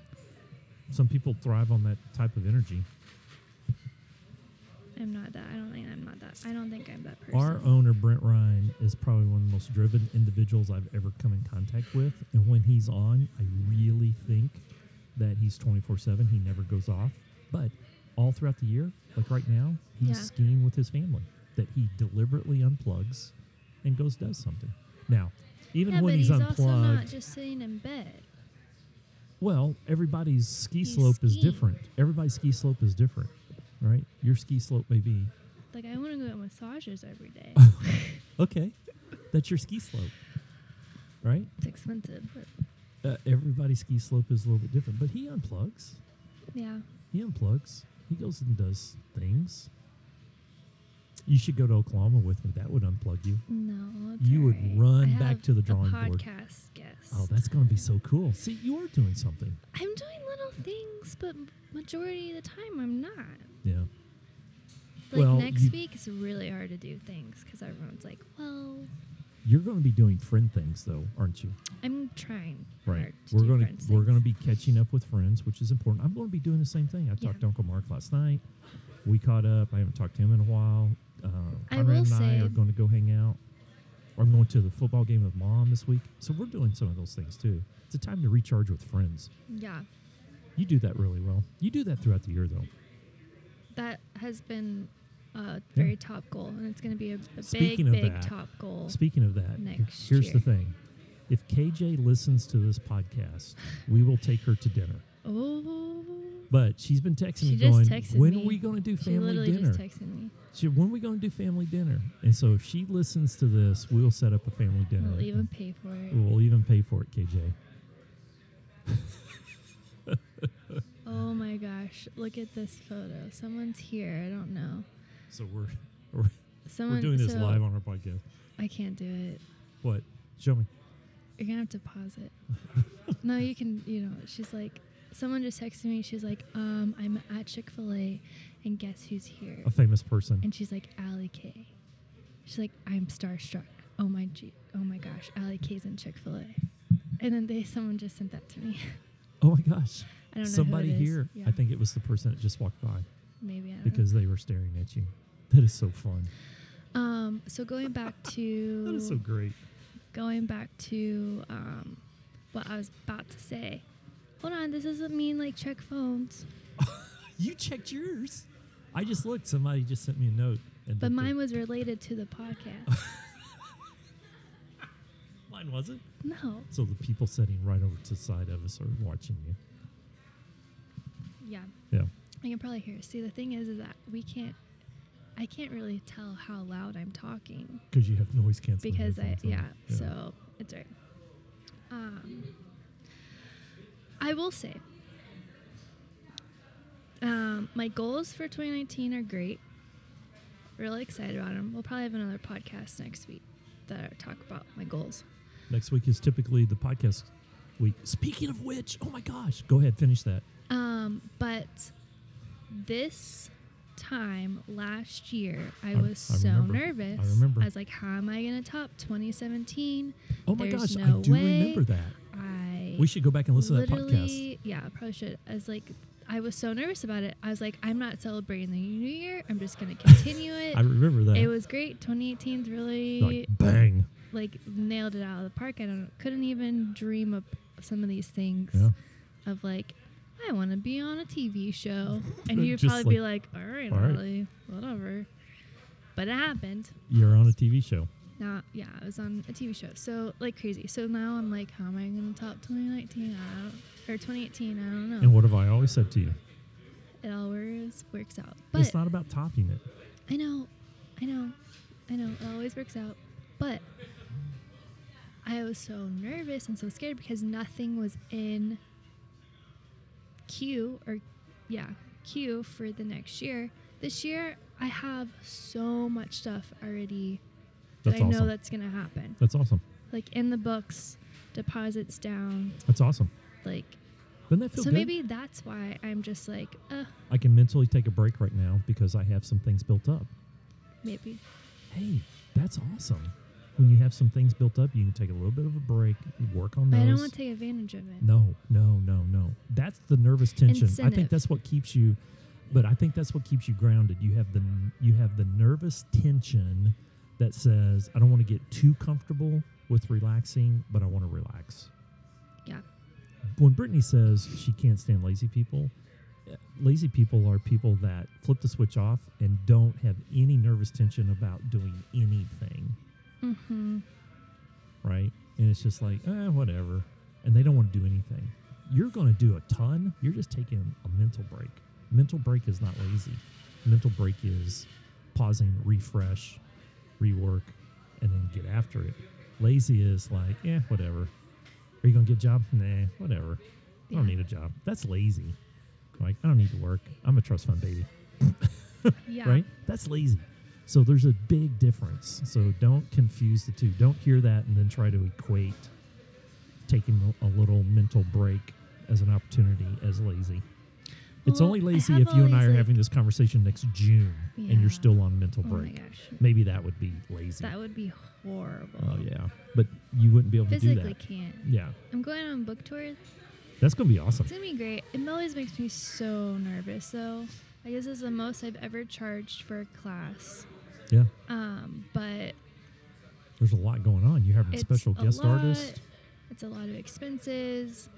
Speaker 1: some people thrive on that type of energy.
Speaker 2: I'm not that. I don't think I'm not that. I don't think I'm that person.
Speaker 1: Our owner, Brent Ryan, is probably one of the most driven individuals I've ever come in contact with. And when he's on, I really think that he's 24 7. He never goes off. But all throughout the year, like right now, he's
Speaker 2: Yeah.
Speaker 1: skiing with his family that he deliberately unplugs and goes does something. Now, even
Speaker 2: yeah,
Speaker 1: when
Speaker 2: but
Speaker 1: he's,
Speaker 2: he's,
Speaker 1: unplugged,
Speaker 2: also not just sitting in bed.
Speaker 1: well, everybody's ski
Speaker 2: He's
Speaker 1: slope is
Speaker 2: skiing.
Speaker 1: different. Everybody's ski slope is different, right? Your ski slope may be
Speaker 2: Like, I want to go get massages every day.
Speaker 1: [laughs] okay. That's your ski slope, right?
Speaker 2: it's expensive, but
Speaker 1: uh, everybody's ski slope is a little bit different, but he unplugs.
Speaker 2: yeah.
Speaker 1: He unplugs. He goes and does things. You should go to Oklahoma with me. That would unplug you.
Speaker 2: No, it's
Speaker 1: You would
Speaker 2: alright.
Speaker 1: run
Speaker 2: I
Speaker 1: back
Speaker 2: have
Speaker 1: to the
Speaker 2: a
Speaker 1: drawing board.
Speaker 2: Podcast guest.
Speaker 1: Oh, that's going to be so cool. See, you are doing something.
Speaker 2: I'm doing little things, but m- majority of the time I'm not.
Speaker 1: Yeah.
Speaker 2: Like
Speaker 1: Well,
Speaker 2: next
Speaker 1: you-
Speaker 2: week is really hard to do things because everyone's like, "Well,
Speaker 1: You're going to be doing friend things though, aren't you?
Speaker 2: I'm trying."
Speaker 1: Right.
Speaker 2: Hard to
Speaker 1: We're
Speaker 2: do
Speaker 1: going
Speaker 2: friends
Speaker 1: to we're going to
Speaker 2: things.
Speaker 1: be catching up with friends, which is important. I'm going to be doing the same thing. I
Speaker 2: Yeah.
Speaker 1: talked to Uncle Mark last night. We caught up. I haven't talked to him in a while. Uh,
Speaker 2: I
Speaker 1: Conrad
Speaker 2: will
Speaker 1: and I are
Speaker 2: say-
Speaker 1: going to go hang out. I'm going to the football game with mom this week. So we're doing some of those things too. It's a time to recharge with friends.
Speaker 2: Yeah,
Speaker 1: You do that really well. You do that throughout the year though.
Speaker 2: that has been a very top goal, and it's going to be a, a big,
Speaker 1: Speaking of
Speaker 2: big
Speaker 1: that-
Speaker 2: top goal.
Speaker 1: Speaking of that, he-
Speaker 2: Next
Speaker 1: here's the
Speaker 2: year.
Speaker 1: thing. If KJ listens to this podcast, we will take her to dinner.
Speaker 2: oh,
Speaker 1: But she's been texting me
Speaker 2: She just
Speaker 1: going,
Speaker 2: texted
Speaker 1: when
Speaker 2: me.
Speaker 1: are we going to do
Speaker 2: She
Speaker 1: family
Speaker 2: literally
Speaker 1: dinner?
Speaker 2: just texted me.
Speaker 1: She, when are we going to do family dinner? And so if she listens to this, we'll set up a family dinner.
Speaker 2: We'll even pay for it.
Speaker 1: We'll even pay for it, KJ.
Speaker 2: Oh my gosh! Look at this photo. Someone's here. I don't know.
Speaker 1: So we're we're,
Speaker 2: Someone.
Speaker 1: we're doing this
Speaker 2: so
Speaker 1: live on our podcast.
Speaker 2: I can't do it.
Speaker 1: What? Show me.
Speaker 2: You're gonna have to pause it. [laughs] no, you can. You know, she's like, someone just texted me. She's like, um, I'm at Chick Fil A, and guess who's here?
Speaker 1: A famous person.
Speaker 2: And she's like, Allie K. She's like, I'm starstruck. Oh my g, oh my gosh, Allie K's in Chick Fil A. And then they, someone just sent that to me. [laughs]
Speaker 1: Oh my gosh.
Speaker 2: I don't know. who
Speaker 1: Somebody
Speaker 2: it is.
Speaker 1: here.
Speaker 2: Yeah,
Speaker 1: I think it was the person that just walked by
Speaker 2: maybe I don't know.
Speaker 1: because they were staring at you. That is so fun.
Speaker 2: Um, so going back to
Speaker 1: [laughs] That is so great.
Speaker 2: going back to um, what I was about to say. Hold on, this doesn't mean like check phones,
Speaker 1: You checked yours. I just looked. Somebody just sent me a note. And
Speaker 2: but
Speaker 1: looked
Speaker 2: mine
Speaker 1: at-
Speaker 2: was related to the podcast.
Speaker 1: mine wasn't.
Speaker 2: no,
Speaker 1: So the people sitting right over to the side of us are watching you.
Speaker 2: yeah,
Speaker 1: Yeah.
Speaker 2: I can probably hear. it. See, the thing is, is that we can't. I can't really tell how loud I'm talking
Speaker 1: Because you have noise canceling.
Speaker 2: because I
Speaker 1: headphones on.
Speaker 2: yeah, So it's all right. Um, I will say. Um, my goals for 2019 are great. Really excited about them. We'll probably have another podcast next week that I talk about my goals.
Speaker 1: Next week is typically the podcast week. Speaking of which, oh my gosh, go ahead, finish that.
Speaker 2: Um, but this time last year, I,
Speaker 1: I-
Speaker 2: was
Speaker 1: I
Speaker 2: so
Speaker 1: remember.
Speaker 2: nervous.
Speaker 1: I remember.
Speaker 2: was like, how am I going to top 2017?
Speaker 1: Oh my
Speaker 2: There's
Speaker 1: gosh,
Speaker 2: no
Speaker 1: I do
Speaker 2: way.
Speaker 1: remember that.
Speaker 2: I
Speaker 1: We should go back and listen to that podcast.
Speaker 2: literally, yeah, I probably should. I was like, I was so nervous about it. I was like, I'm not celebrating the new year. I'm just going to continue it.
Speaker 1: [laughs] I remember that.
Speaker 2: it was great. 2018's really
Speaker 1: like bang.
Speaker 2: like nailed it out of the park. I don't couldn't even dream up some of these things
Speaker 1: Yeah.
Speaker 2: of like I want to be on a TV show, and
Speaker 1: [laughs]
Speaker 2: you'd
Speaker 1: Just
Speaker 2: probably be like, "All right,
Speaker 1: all right."
Speaker 2: Ollie, whatever." But it happened.
Speaker 1: You're on a TV show.
Speaker 2: Now, yeah, I was on a TV show, so like crazy. So now I'm like, how am I going to top 2019? I don't, or 2018? I don't know.
Speaker 1: And what have I always said to you?
Speaker 2: it always works out.
Speaker 1: it's
Speaker 2: But
Speaker 1: not about topping it.
Speaker 2: I know, I know, I know. It always works out. But I was so nervous and so scared because nothing was in queue or, yeah, queue for the next year. This year, I have so much stuff already
Speaker 1: That's
Speaker 2: that I
Speaker 1: awesome.
Speaker 2: know that's going to happen.
Speaker 1: That's awesome.
Speaker 2: Like in the books, deposits down,
Speaker 1: That's awesome.
Speaker 2: like.
Speaker 1: Doesn't that feel
Speaker 2: So
Speaker 1: good?
Speaker 2: maybe that's why I'm just like, uh,
Speaker 1: I can mentally take a break right now because I have some things built up.
Speaker 2: maybe.
Speaker 1: Hey, that's awesome. When you have some things built up, you can take a little bit of a break, work on
Speaker 2: But
Speaker 1: those.
Speaker 2: I don't want to take advantage of it.
Speaker 1: No, no, no, no. That's the nervous tension. I think
Speaker 2: Incentive.
Speaker 1: that's what keeps you. But I think that's what keeps you grounded. You have the you have the nervous tension that says, "I don't want to get too comfortable with relaxing, but I want to relax."
Speaker 2: Yeah.
Speaker 1: When Brittany says she can't stand lazy people, uh, lazy people are people that flip the switch off and don't have any nervous tension about doing anything
Speaker 2: Mm-hmm.
Speaker 1: right? And it's just like, eh, whatever. And they don't want to do anything. You're going to do a ton. You're just taking a mental break. Mental break is not lazy. Mental break is pausing, refresh, rework, and then get after it. Lazy is like, eh, whatever. Are you going to get a job? Nah, whatever. I don't
Speaker 2: Yeah.
Speaker 1: need a job. That's lazy. Like, I don't need to work. I'm a trust fund baby [laughs]
Speaker 2: Yeah.
Speaker 1: right? That's lazy. So there's a big difference. So don't confuse the two. Don't hear that and then try to equate taking a little mental break as an opportunity as lazy. it's
Speaker 2: Well,
Speaker 1: only
Speaker 2: I
Speaker 1: lazy
Speaker 2: have
Speaker 1: if you and
Speaker 2: all
Speaker 1: I are
Speaker 2: these,
Speaker 1: having this conversation next June and
Speaker 2: Yeah.
Speaker 1: you're still on mental
Speaker 2: Oh
Speaker 1: break.
Speaker 2: my gosh,
Speaker 1: Maybe that would be lazy.
Speaker 2: that would be horrible.
Speaker 1: oh yeah, but you wouldn't be able to do
Speaker 2: Physically
Speaker 1: that.
Speaker 2: can't.
Speaker 1: Yeah,
Speaker 2: I'm going on book tours.
Speaker 1: that's gonna be awesome.
Speaker 2: It's gonna be great. It always makes me so nervous. So I guess this is the most I've ever charged for a class.
Speaker 1: Yeah,
Speaker 2: Um, but
Speaker 1: there's a lot going on. You're having
Speaker 2: it's
Speaker 1: special
Speaker 2: a
Speaker 1: guest
Speaker 2: lot,
Speaker 1: artists.
Speaker 2: It's a lot of expenses.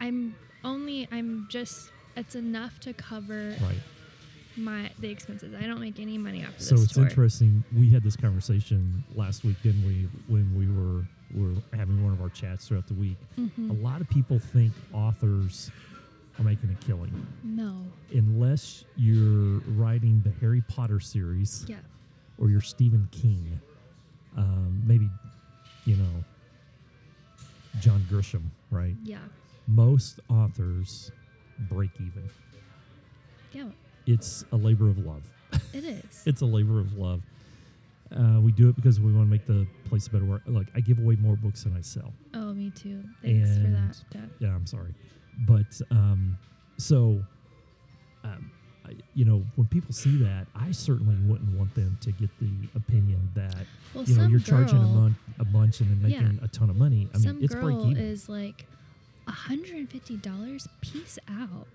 Speaker 2: I'm only. I'm just. It's enough to cover
Speaker 1: Right.
Speaker 2: my the expenses. I don't make any money off of
Speaker 1: So
Speaker 2: this
Speaker 1: it's
Speaker 2: tour.
Speaker 1: interesting. We had this conversation last week, didn't we? When we were were having one of our chats throughout the week,
Speaker 2: Mhm.
Speaker 1: a lot of people think authors on making a killing.
Speaker 2: No.
Speaker 1: Unless you're writing the Harry Potter series
Speaker 2: Yeah.
Speaker 1: or you're Stephen King, um, maybe, you know, John Grisham, right?
Speaker 2: Yeah.
Speaker 1: Most authors break even.
Speaker 2: Yeah.
Speaker 1: It's a labor of love.
Speaker 2: It is.
Speaker 1: It's a labor of love. Uh, we do it because we want to make the place a better work. Look, I give away more books than I sell.
Speaker 2: Oh, me too. Thanks for
Speaker 1: And-
Speaker 2: that, Dad.
Speaker 1: yeah, I'm sorry, but um, so, um, I- you know, when people see that, I certainly wouldn't want them to get the opinion that
Speaker 2: Well,
Speaker 1: you know
Speaker 2: some
Speaker 1: you're
Speaker 2: girl,
Speaker 1: charging a month a bunch and then
Speaker 2: Yeah.
Speaker 1: making a ton of money. I
Speaker 2: some
Speaker 1: mean, it's break
Speaker 2: girl
Speaker 1: even.
Speaker 2: is like, hundred and fifty dollars. Peace out.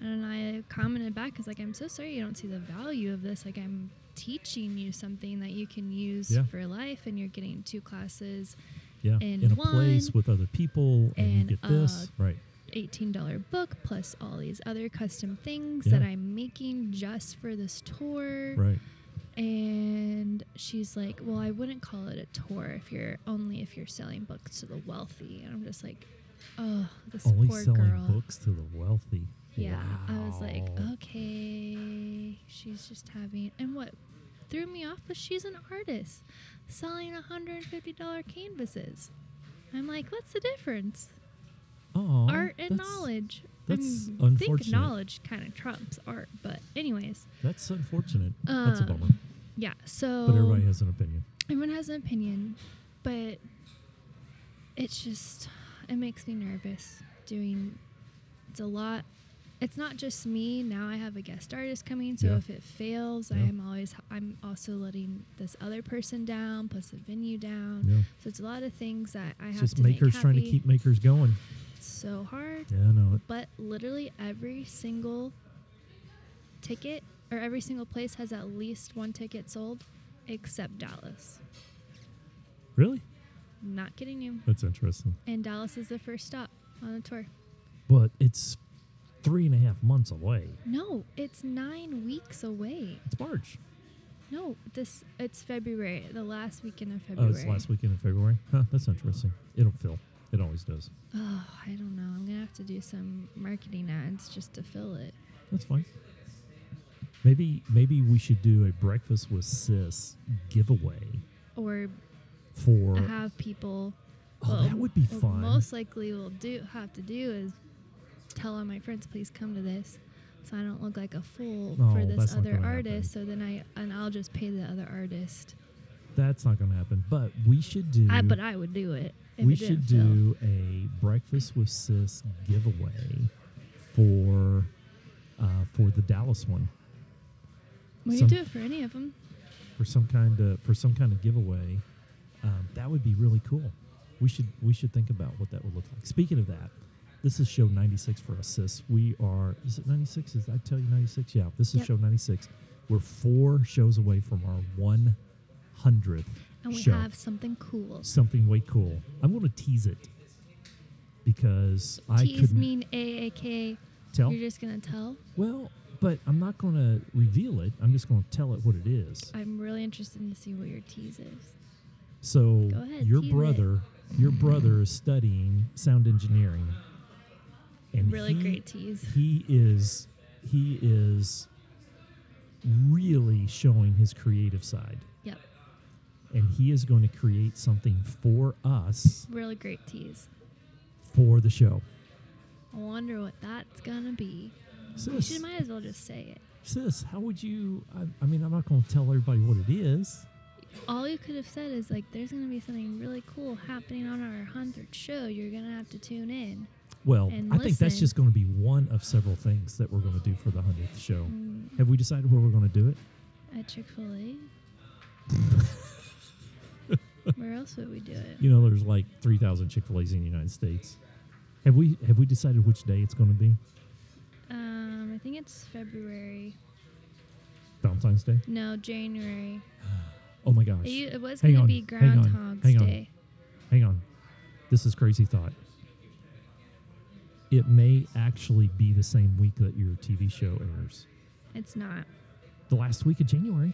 Speaker 2: And I commented back because like I'm so sorry you don't see the value of this. Like I'm teaching you something that you can use
Speaker 1: Yeah.
Speaker 2: for life, and you're getting two classes,
Speaker 1: yeah,
Speaker 2: in
Speaker 1: in a
Speaker 2: one,
Speaker 1: place with other people, and,
Speaker 2: and,
Speaker 1: you get this right.
Speaker 2: eighteen dollar book plus all these other custom things that
Speaker 1: Yeah.
Speaker 2: I'm making just for this tour.
Speaker 1: Right.
Speaker 2: and she's like well i wouldn't call it a tour if you're only if you're selling books to the wealthy and i'm just like oh this
Speaker 1: Only
Speaker 2: poor
Speaker 1: selling
Speaker 2: girl
Speaker 1: books to the wealthy.
Speaker 2: yeah i was like
Speaker 1: Wow.
Speaker 2: okay she's just having and what threw me off was she's an artist selling $150 canvases i'm like what's the difference
Speaker 1: Aw,
Speaker 2: art
Speaker 1: that's-
Speaker 2: and knowledge
Speaker 1: that's
Speaker 2: I think
Speaker 1: unfortunate.
Speaker 2: knowledge kind of trumps art but anyways
Speaker 1: That's unfortunate. that's a
Speaker 2: Um,
Speaker 1: bummer.
Speaker 2: yeah so
Speaker 1: But everybody has an opinion.
Speaker 2: everyone has an opinion, but it's just it makes me nervous doing it's a lot it's not just me now i have a guest artist coming so
Speaker 1: Yeah.
Speaker 2: if it fails i
Speaker 1: Yeah.
Speaker 2: am always i'm also letting this other person down plus the venue down
Speaker 1: Yeah.
Speaker 2: so it's a lot of things that i
Speaker 1: It's
Speaker 2: have
Speaker 1: just
Speaker 2: to
Speaker 1: makers
Speaker 2: make
Speaker 1: trying to
Speaker 2: happy.
Speaker 1: keep makers going.
Speaker 2: it's so hard
Speaker 1: Yeah, I know it.
Speaker 2: but literally every single ticket or every single place has at least one ticket sold except dallas
Speaker 1: Really?
Speaker 2: not kidding you
Speaker 1: That's interesting.
Speaker 2: And Dallas is the first stop on the tour.
Speaker 1: But it's three and a half months away.
Speaker 2: No, it's nine weeks away.
Speaker 1: It's March.
Speaker 2: No, this it's February, the last weekend of
Speaker 1: Oh,
Speaker 2: February.
Speaker 1: it's last weekend in February. Huh, that's interesting. It'll fill. It always does.
Speaker 2: Oh, I don't know. I'm gonna have to do some marketing ads just to fill it.
Speaker 1: That's fine. Maybe maybe we should do a breakfast with sis giveaway
Speaker 2: Or
Speaker 1: for
Speaker 2: have people
Speaker 1: Oh,
Speaker 2: well,
Speaker 1: that would be
Speaker 2: what
Speaker 1: fun.
Speaker 2: Most likely we'll do have to do is tell all my friends please come to this so I don't look like a fool for
Speaker 1: No,
Speaker 2: this
Speaker 1: Oh, that's not
Speaker 2: other
Speaker 1: gonna
Speaker 2: artist. So then I and I'll just pay the other artist.
Speaker 1: That's not gonna happen. But we should do
Speaker 2: I but I would do it. If
Speaker 1: Mm-hmm. we
Speaker 2: it
Speaker 1: should
Speaker 2: didn't fill.
Speaker 1: do a breakfast with sis giveaway for uh, for the Dallas one.
Speaker 2: We
Speaker 1: some-
Speaker 2: can do it for any of them.
Speaker 1: for some kind of for some kind of giveaway, um, that would be really cool. We should we should think about what that would look like. Speaking of that, this is show ninety six for us, sis. We are is it ninety six? Is I tell you ninety six? Yeah, this is
Speaker 2: Yep.
Speaker 1: show ninety six. We're four shows away from our one hundredth
Speaker 2: And we
Speaker 1: show.
Speaker 2: have something cool.
Speaker 1: Something way cool. I'm going to tease it because I
Speaker 2: Tease
Speaker 1: couldn't
Speaker 2: mean AAK.
Speaker 1: tell.
Speaker 2: You're just going to tell?
Speaker 1: Well, but I'm not going to reveal it. I'm just going to tell it what it is.
Speaker 2: I'm really interested to see what your tease is.
Speaker 1: So
Speaker 2: Go ahead,
Speaker 1: your
Speaker 2: tease it.
Speaker 1: brother, your brother is studying sound engineering, and
Speaker 2: Really
Speaker 1: he-
Speaker 2: great tease.
Speaker 1: He is, he is really showing his creative side,
Speaker 2: Yep.
Speaker 1: and he is going to create something for us
Speaker 2: Really great tease.
Speaker 1: for the show.
Speaker 2: I wonder what that's going to be. You
Speaker 1: Sis,
Speaker 2: should might as well just say it.
Speaker 1: sis, how would you? I, I mean, I'm not going to tell everybody what it is.
Speaker 2: All you could have said is, like, there's going to be something really cool happening on our 100th show. You're going to have to tune in.
Speaker 1: Well,
Speaker 2: And
Speaker 1: I think that's
Speaker 2: listen.
Speaker 1: just going to be one of several things that we're going to do for the hundredth show.
Speaker 2: Mm,
Speaker 1: Have we decided where we're going to do it?
Speaker 2: at Chick fil
Speaker 1: [laughs]
Speaker 2: A. Where else would we do it?
Speaker 1: You know, there's like three thousand Chick Fil A's in the United States. Have we have we decided which day it's going to be?
Speaker 2: Um, I think it's February.
Speaker 1: Valentine's Day.
Speaker 2: No, January.
Speaker 1: Oh my gosh!
Speaker 2: It, u- it was
Speaker 1: Hang
Speaker 2: going to
Speaker 1: on,
Speaker 2: be
Speaker 1: hang on,
Speaker 2: Groundhog's
Speaker 1: hang on.
Speaker 2: Day.
Speaker 1: Hang on, this is crazy thought. It may actually be the same week that your TV show airs.
Speaker 2: It's not.
Speaker 1: The last week of January.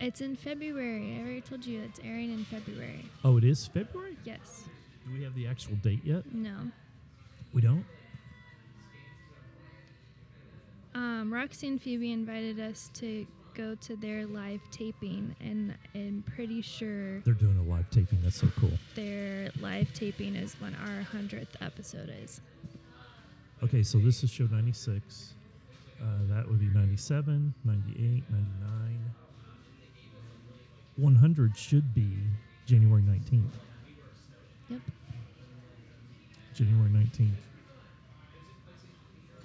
Speaker 2: It's in February. I already told you it's airing in February.
Speaker 1: Oh, it is February.
Speaker 2: Yes.
Speaker 1: Do we have the actual date yet?
Speaker 2: No.
Speaker 1: We don't.
Speaker 2: um, Roxy and Phoebe invited us to go to their live taping, and I'm pretty sure
Speaker 1: They're doing a live taping. That's so cool.
Speaker 2: their live taping is when our 100th episode is.
Speaker 1: Okay, so this is show 96. Uh, that would be 97, 98, 99. 100 should be January 19th.
Speaker 2: Yep.
Speaker 1: January 19th.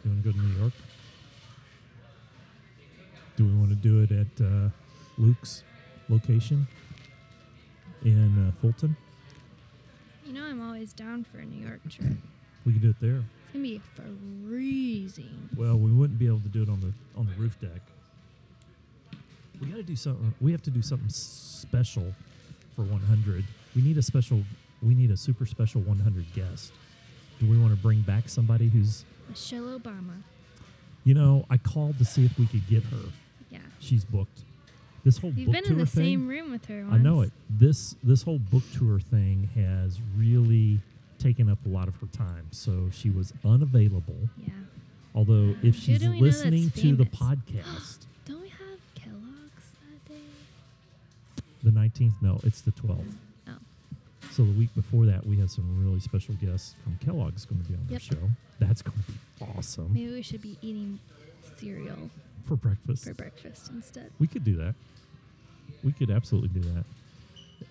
Speaker 1: You want to go to New York? Do we want to do it at uh, Luke's location in uh, Fulton?
Speaker 2: You know, I'm always down for a New York trip.
Speaker 1: We could do it there.
Speaker 2: It's gonna be freezing.
Speaker 1: Well, we wouldn't be able to do it on the on the roof deck. We got to do something. We have to do something special for 100. We need a special. We need a super special 100 guest. Do we want to bring back somebody who's?
Speaker 2: Michelle Obama.
Speaker 1: You know, I called to see if we could get her.
Speaker 2: Yeah.
Speaker 1: She's booked. This whole
Speaker 2: You've
Speaker 1: book
Speaker 2: been
Speaker 1: tour
Speaker 2: in the
Speaker 1: thing.
Speaker 2: same room with her. Once.
Speaker 1: I know it. This this whole book tour thing has really taken up a lot of her time. So she was unavailable.
Speaker 2: Yeah.
Speaker 1: Although if
Speaker 2: Who do
Speaker 1: she's
Speaker 2: we know that's
Speaker 1: listening to the
Speaker 2: famous?
Speaker 1: podcast.
Speaker 2: Don't we have Kellogg's that day?
Speaker 1: The 19th? No, it's the 12th.
Speaker 2: Oh.
Speaker 1: So the week before that, we have some really special guests from Kellogg's going to be on their
Speaker 2: Yep.
Speaker 1: show. That's going to be awesome
Speaker 2: Maybe we should be eating cereal
Speaker 1: for breakfast.
Speaker 2: for breakfast instead.
Speaker 1: we could do that. We could absolutely do that.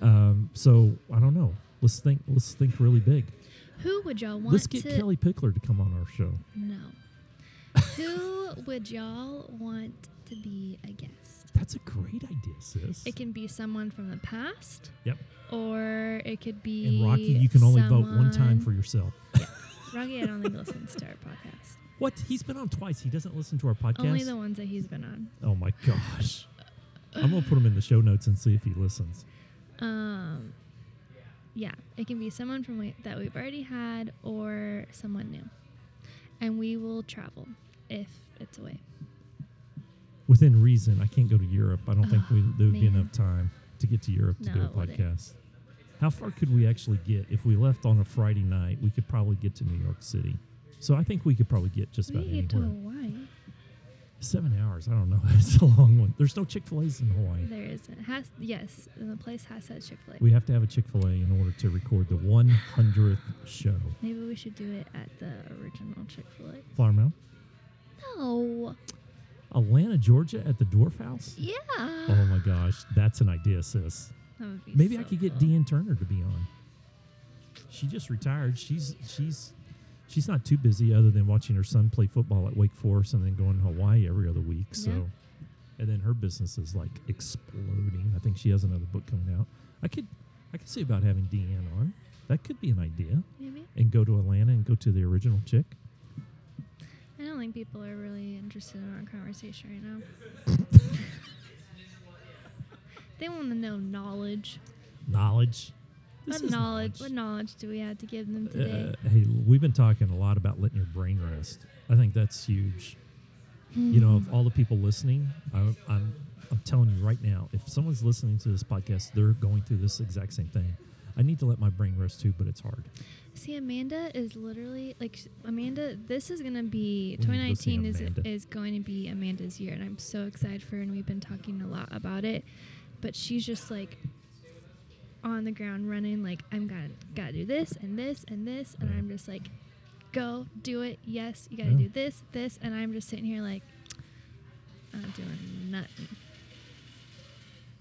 Speaker 1: Um, so I don't know. Let's think. Let's think really big.
Speaker 2: Who would y'all want
Speaker 1: Let's get
Speaker 2: to?
Speaker 1: Kelly Pickler to come on our show.
Speaker 2: No. Who would y'all want to be a guest?
Speaker 1: That's a great idea, sis.
Speaker 2: It can be someone from the past.
Speaker 1: Yep.
Speaker 2: Or it could be.
Speaker 1: and Rocky, you can only vote one time
Speaker 2: someone-
Speaker 1: for yourself.
Speaker 2: Rocky, I don't think listens to our podcast.
Speaker 1: What? He's been on twice. He doesn't listen to our [laughs] podcast.
Speaker 2: Only the ones that he's been on.
Speaker 1: oh my gosh! I'm gonna put him in the show notes and see if he listens.
Speaker 2: Um, yeah, it can be someone from we, that we've already had or someone new, and we will travel if it's away.
Speaker 1: within reason. I can't go to Europe. I don't think
Speaker 2: Oh,
Speaker 1: we, there would be
Speaker 2: man.
Speaker 1: enough time to get to Europe to do
Speaker 2: No,
Speaker 1: a
Speaker 2: it wouldn't.
Speaker 1: podcast. How far could we actually get if we left on a Friday night? We could probably get to New York City. So I think we could probably get just
Speaker 2: We
Speaker 1: about
Speaker 2: can get to
Speaker 1: anywhere.
Speaker 2: Hawaii.
Speaker 1: Seven hours. I don't know. [laughs] It's a long one. There's no Chick Fil A's in Hawaii.
Speaker 2: There isn't. Has yes, and the place has had Chick Fil A.
Speaker 1: We have to have a Chick Fil A in order to record the 100th show.
Speaker 2: Maybe we should do it at the original Chick Fil A.
Speaker 1: Flower Mound,
Speaker 2: No.
Speaker 1: Atlanta, Georgia, at the Dwarf House.
Speaker 2: Yeah.
Speaker 1: Oh my gosh, that's an idea, sis.
Speaker 2: That would be
Speaker 1: Maybe I
Speaker 2: so
Speaker 1: could get
Speaker 2: cool.
Speaker 1: Deanne Turner to be on. She just retired. She's she's she's not too busy other than watching her son play football at Wake Forest and then going to Hawaii every other week. So
Speaker 2: Yeah.
Speaker 1: and then her business is like exploding. I think she has another book coming out. I could I could see about having Deanne on. That could be an idea.
Speaker 2: Maybe.
Speaker 1: And go to Atlanta and go to the original chick.
Speaker 2: I don't think people are really interested in our conversation right now.
Speaker 1: [laughs]
Speaker 2: they want to know knowledge.
Speaker 1: Knowledge. This
Speaker 2: what
Speaker 1: is
Speaker 2: knowledge, What knowledge do we have to give them today?
Speaker 1: Uh, hey, we've been talking a lot about letting your brain rest. I think that's huge. You know,
Speaker 2: Hmm.
Speaker 1: of all the people listening, I, I'm I'm telling you right now, if someone's listening to this podcast, they're going through this exact same thing. I need to let my brain rest too, but it's hard.
Speaker 2: See, Amanda is literally like sh- Amanda. This is gonna be
Speaker 1: We need to go see
Speaker 2: 2019 is
Speaker 1: Amanda.
Speaker 2: is going to be Amanda's year, and I'm so excited for her. And we've been talking a lot about it, but she's just like on the ground running. Like I'm gonna gotta do this and this and this, and
Speaker 1: Yeah.
Speaker 2: I'm just like, go do it. Yes, you gotta
Speaker 1: Yeah.
Speaker 2: do this, this, and I'm just sitting here like, I'm doing nothing.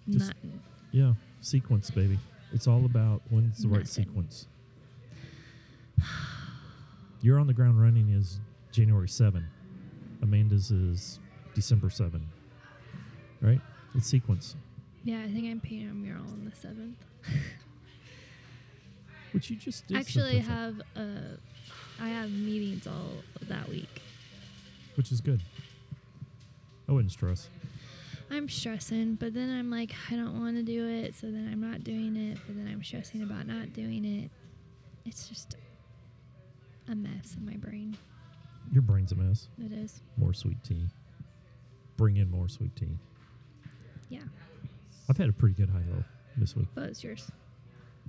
Speaker 1: Just-
Speaker 2: nothing.
Speaker 1: Yeah, sequence, baby. It's all about when's the right
Speaker 2: Nothing.
Speaker 1: sequence. You're on the ground running is January 7. Amanda's is December 7. Right? It's sequence.
Speaker 2: Yeah, I think I'm painting a mural on the
Speaker 1: [laughs]
Speaker 2: seventh.
Speaker 1: Which you just did.
Speaker 2: actually
Speaker 1: something.
Speaker 2: have uh, I have meetings all that week.
Speaker 1: which is good. I wouldn't stress.
Speaker 2: I'm stressing, but then I'm like, I don't want to do it, so then I'm not doing it, but then I'm stressing about not doing it. It's just a mess in my brain.
Speaker 1: Your brain's a mess.
Speaker 2: It is.
Speaker 1: More sweet tea. Bring in more sweet tea.
Speaker 2: Yeah.
Speaker 1: I've had a pretty good high low this week.
Speaker 2: What was yours?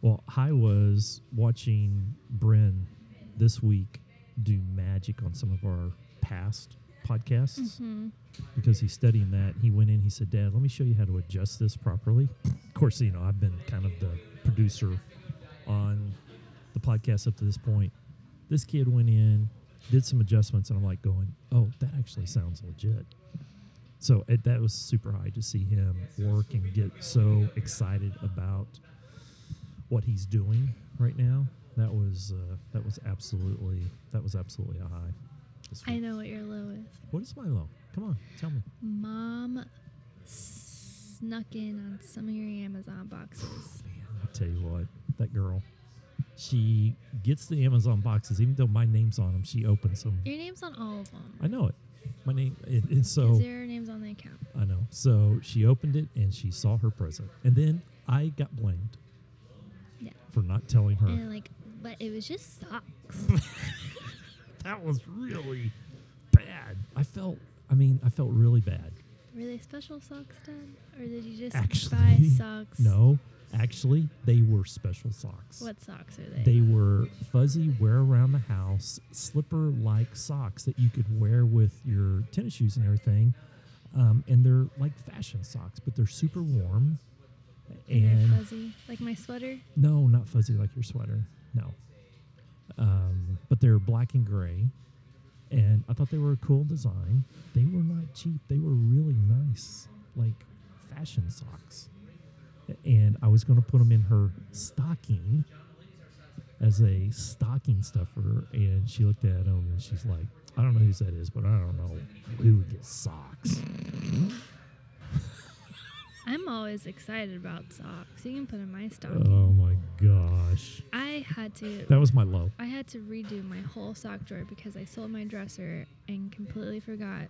Speaker 1: Well, high was watching Bryn this week do magic on some of our past podcasts
Speaker 2: hmm
Speaker 1: because he's studying that. He went in, he said, Dad, let me show you how to adjust this properly. Of course, you know, I've been kind of the producer on the podcast up to this point. This kid went in, did some adjustments, and I'm like going, oh, that actually sounds legit. So it, that was super high to see him work and get so excited about what he's doing right now. That was uh, that was absolutely that was absolutely a high. this
Speaker 2: I
Speaker 1: week.
Speaker 2: know what your low is.
Speaker 1: What is my low? Come on, tell me.
Speaker 2: Mom snuck in on some of your Amazon boxes.
Speaker 1: Man, I tell you what, that girl, she gets the Amazon boxes, even though my name's on them. She opens them.
Speaker 2: Your name's on all of them.
Speaker 1: I know it. My name, and, and so
Speaker 2: Because your name's on the account.
Speaker 1: I know. So she opened it and she saw her present, and then I got blamed
Speaker 2: Yeah.
Speaker 1: for not telling her.
Speaker 2: And like, but it was just socks.
Speaker 1: [laughs] that was really bad. I felt. I mean, I felt really bad.
Speaker 2: Were they special socks, Dad? Or did you just
Speaker 1: Actually,
Speaker 2: buy socks?
Speaker 1: No, actually, they were special socks.
Speaker 2: What socks are they?
Speaker 1: They were fuzzy, wear around the house, slipper like socks that you could wear with your tennis shoes and everything. Um, and they're like fashion socks, but they're super warm.
Speaker 2: and they're
Speaker 1: And
Speaker 2: fuzzy. Like my sweater?
Speaker 1: no, not fuzzy like your sweater. No. Um, but they're black and gray. And I thought they were a cool design. They were not cheap, they were really nice, like fashion socks. And I was going to put them in her stocking as a stocking stuffer. And she looked at them and she's like, I don't know whose that is, but I don't know who would get socks.
Speaker 2: I'm always excited about socks. You can put in my stocking.
Speaker 1: Oh my gosh.
Speaker 2: I had to
Speaker 1: That was my low.
Speaker 2: I had to redo my whole sock drawer because I sold my dresser and completely
Speaker 1: [laughs]
Speaker 2: forgot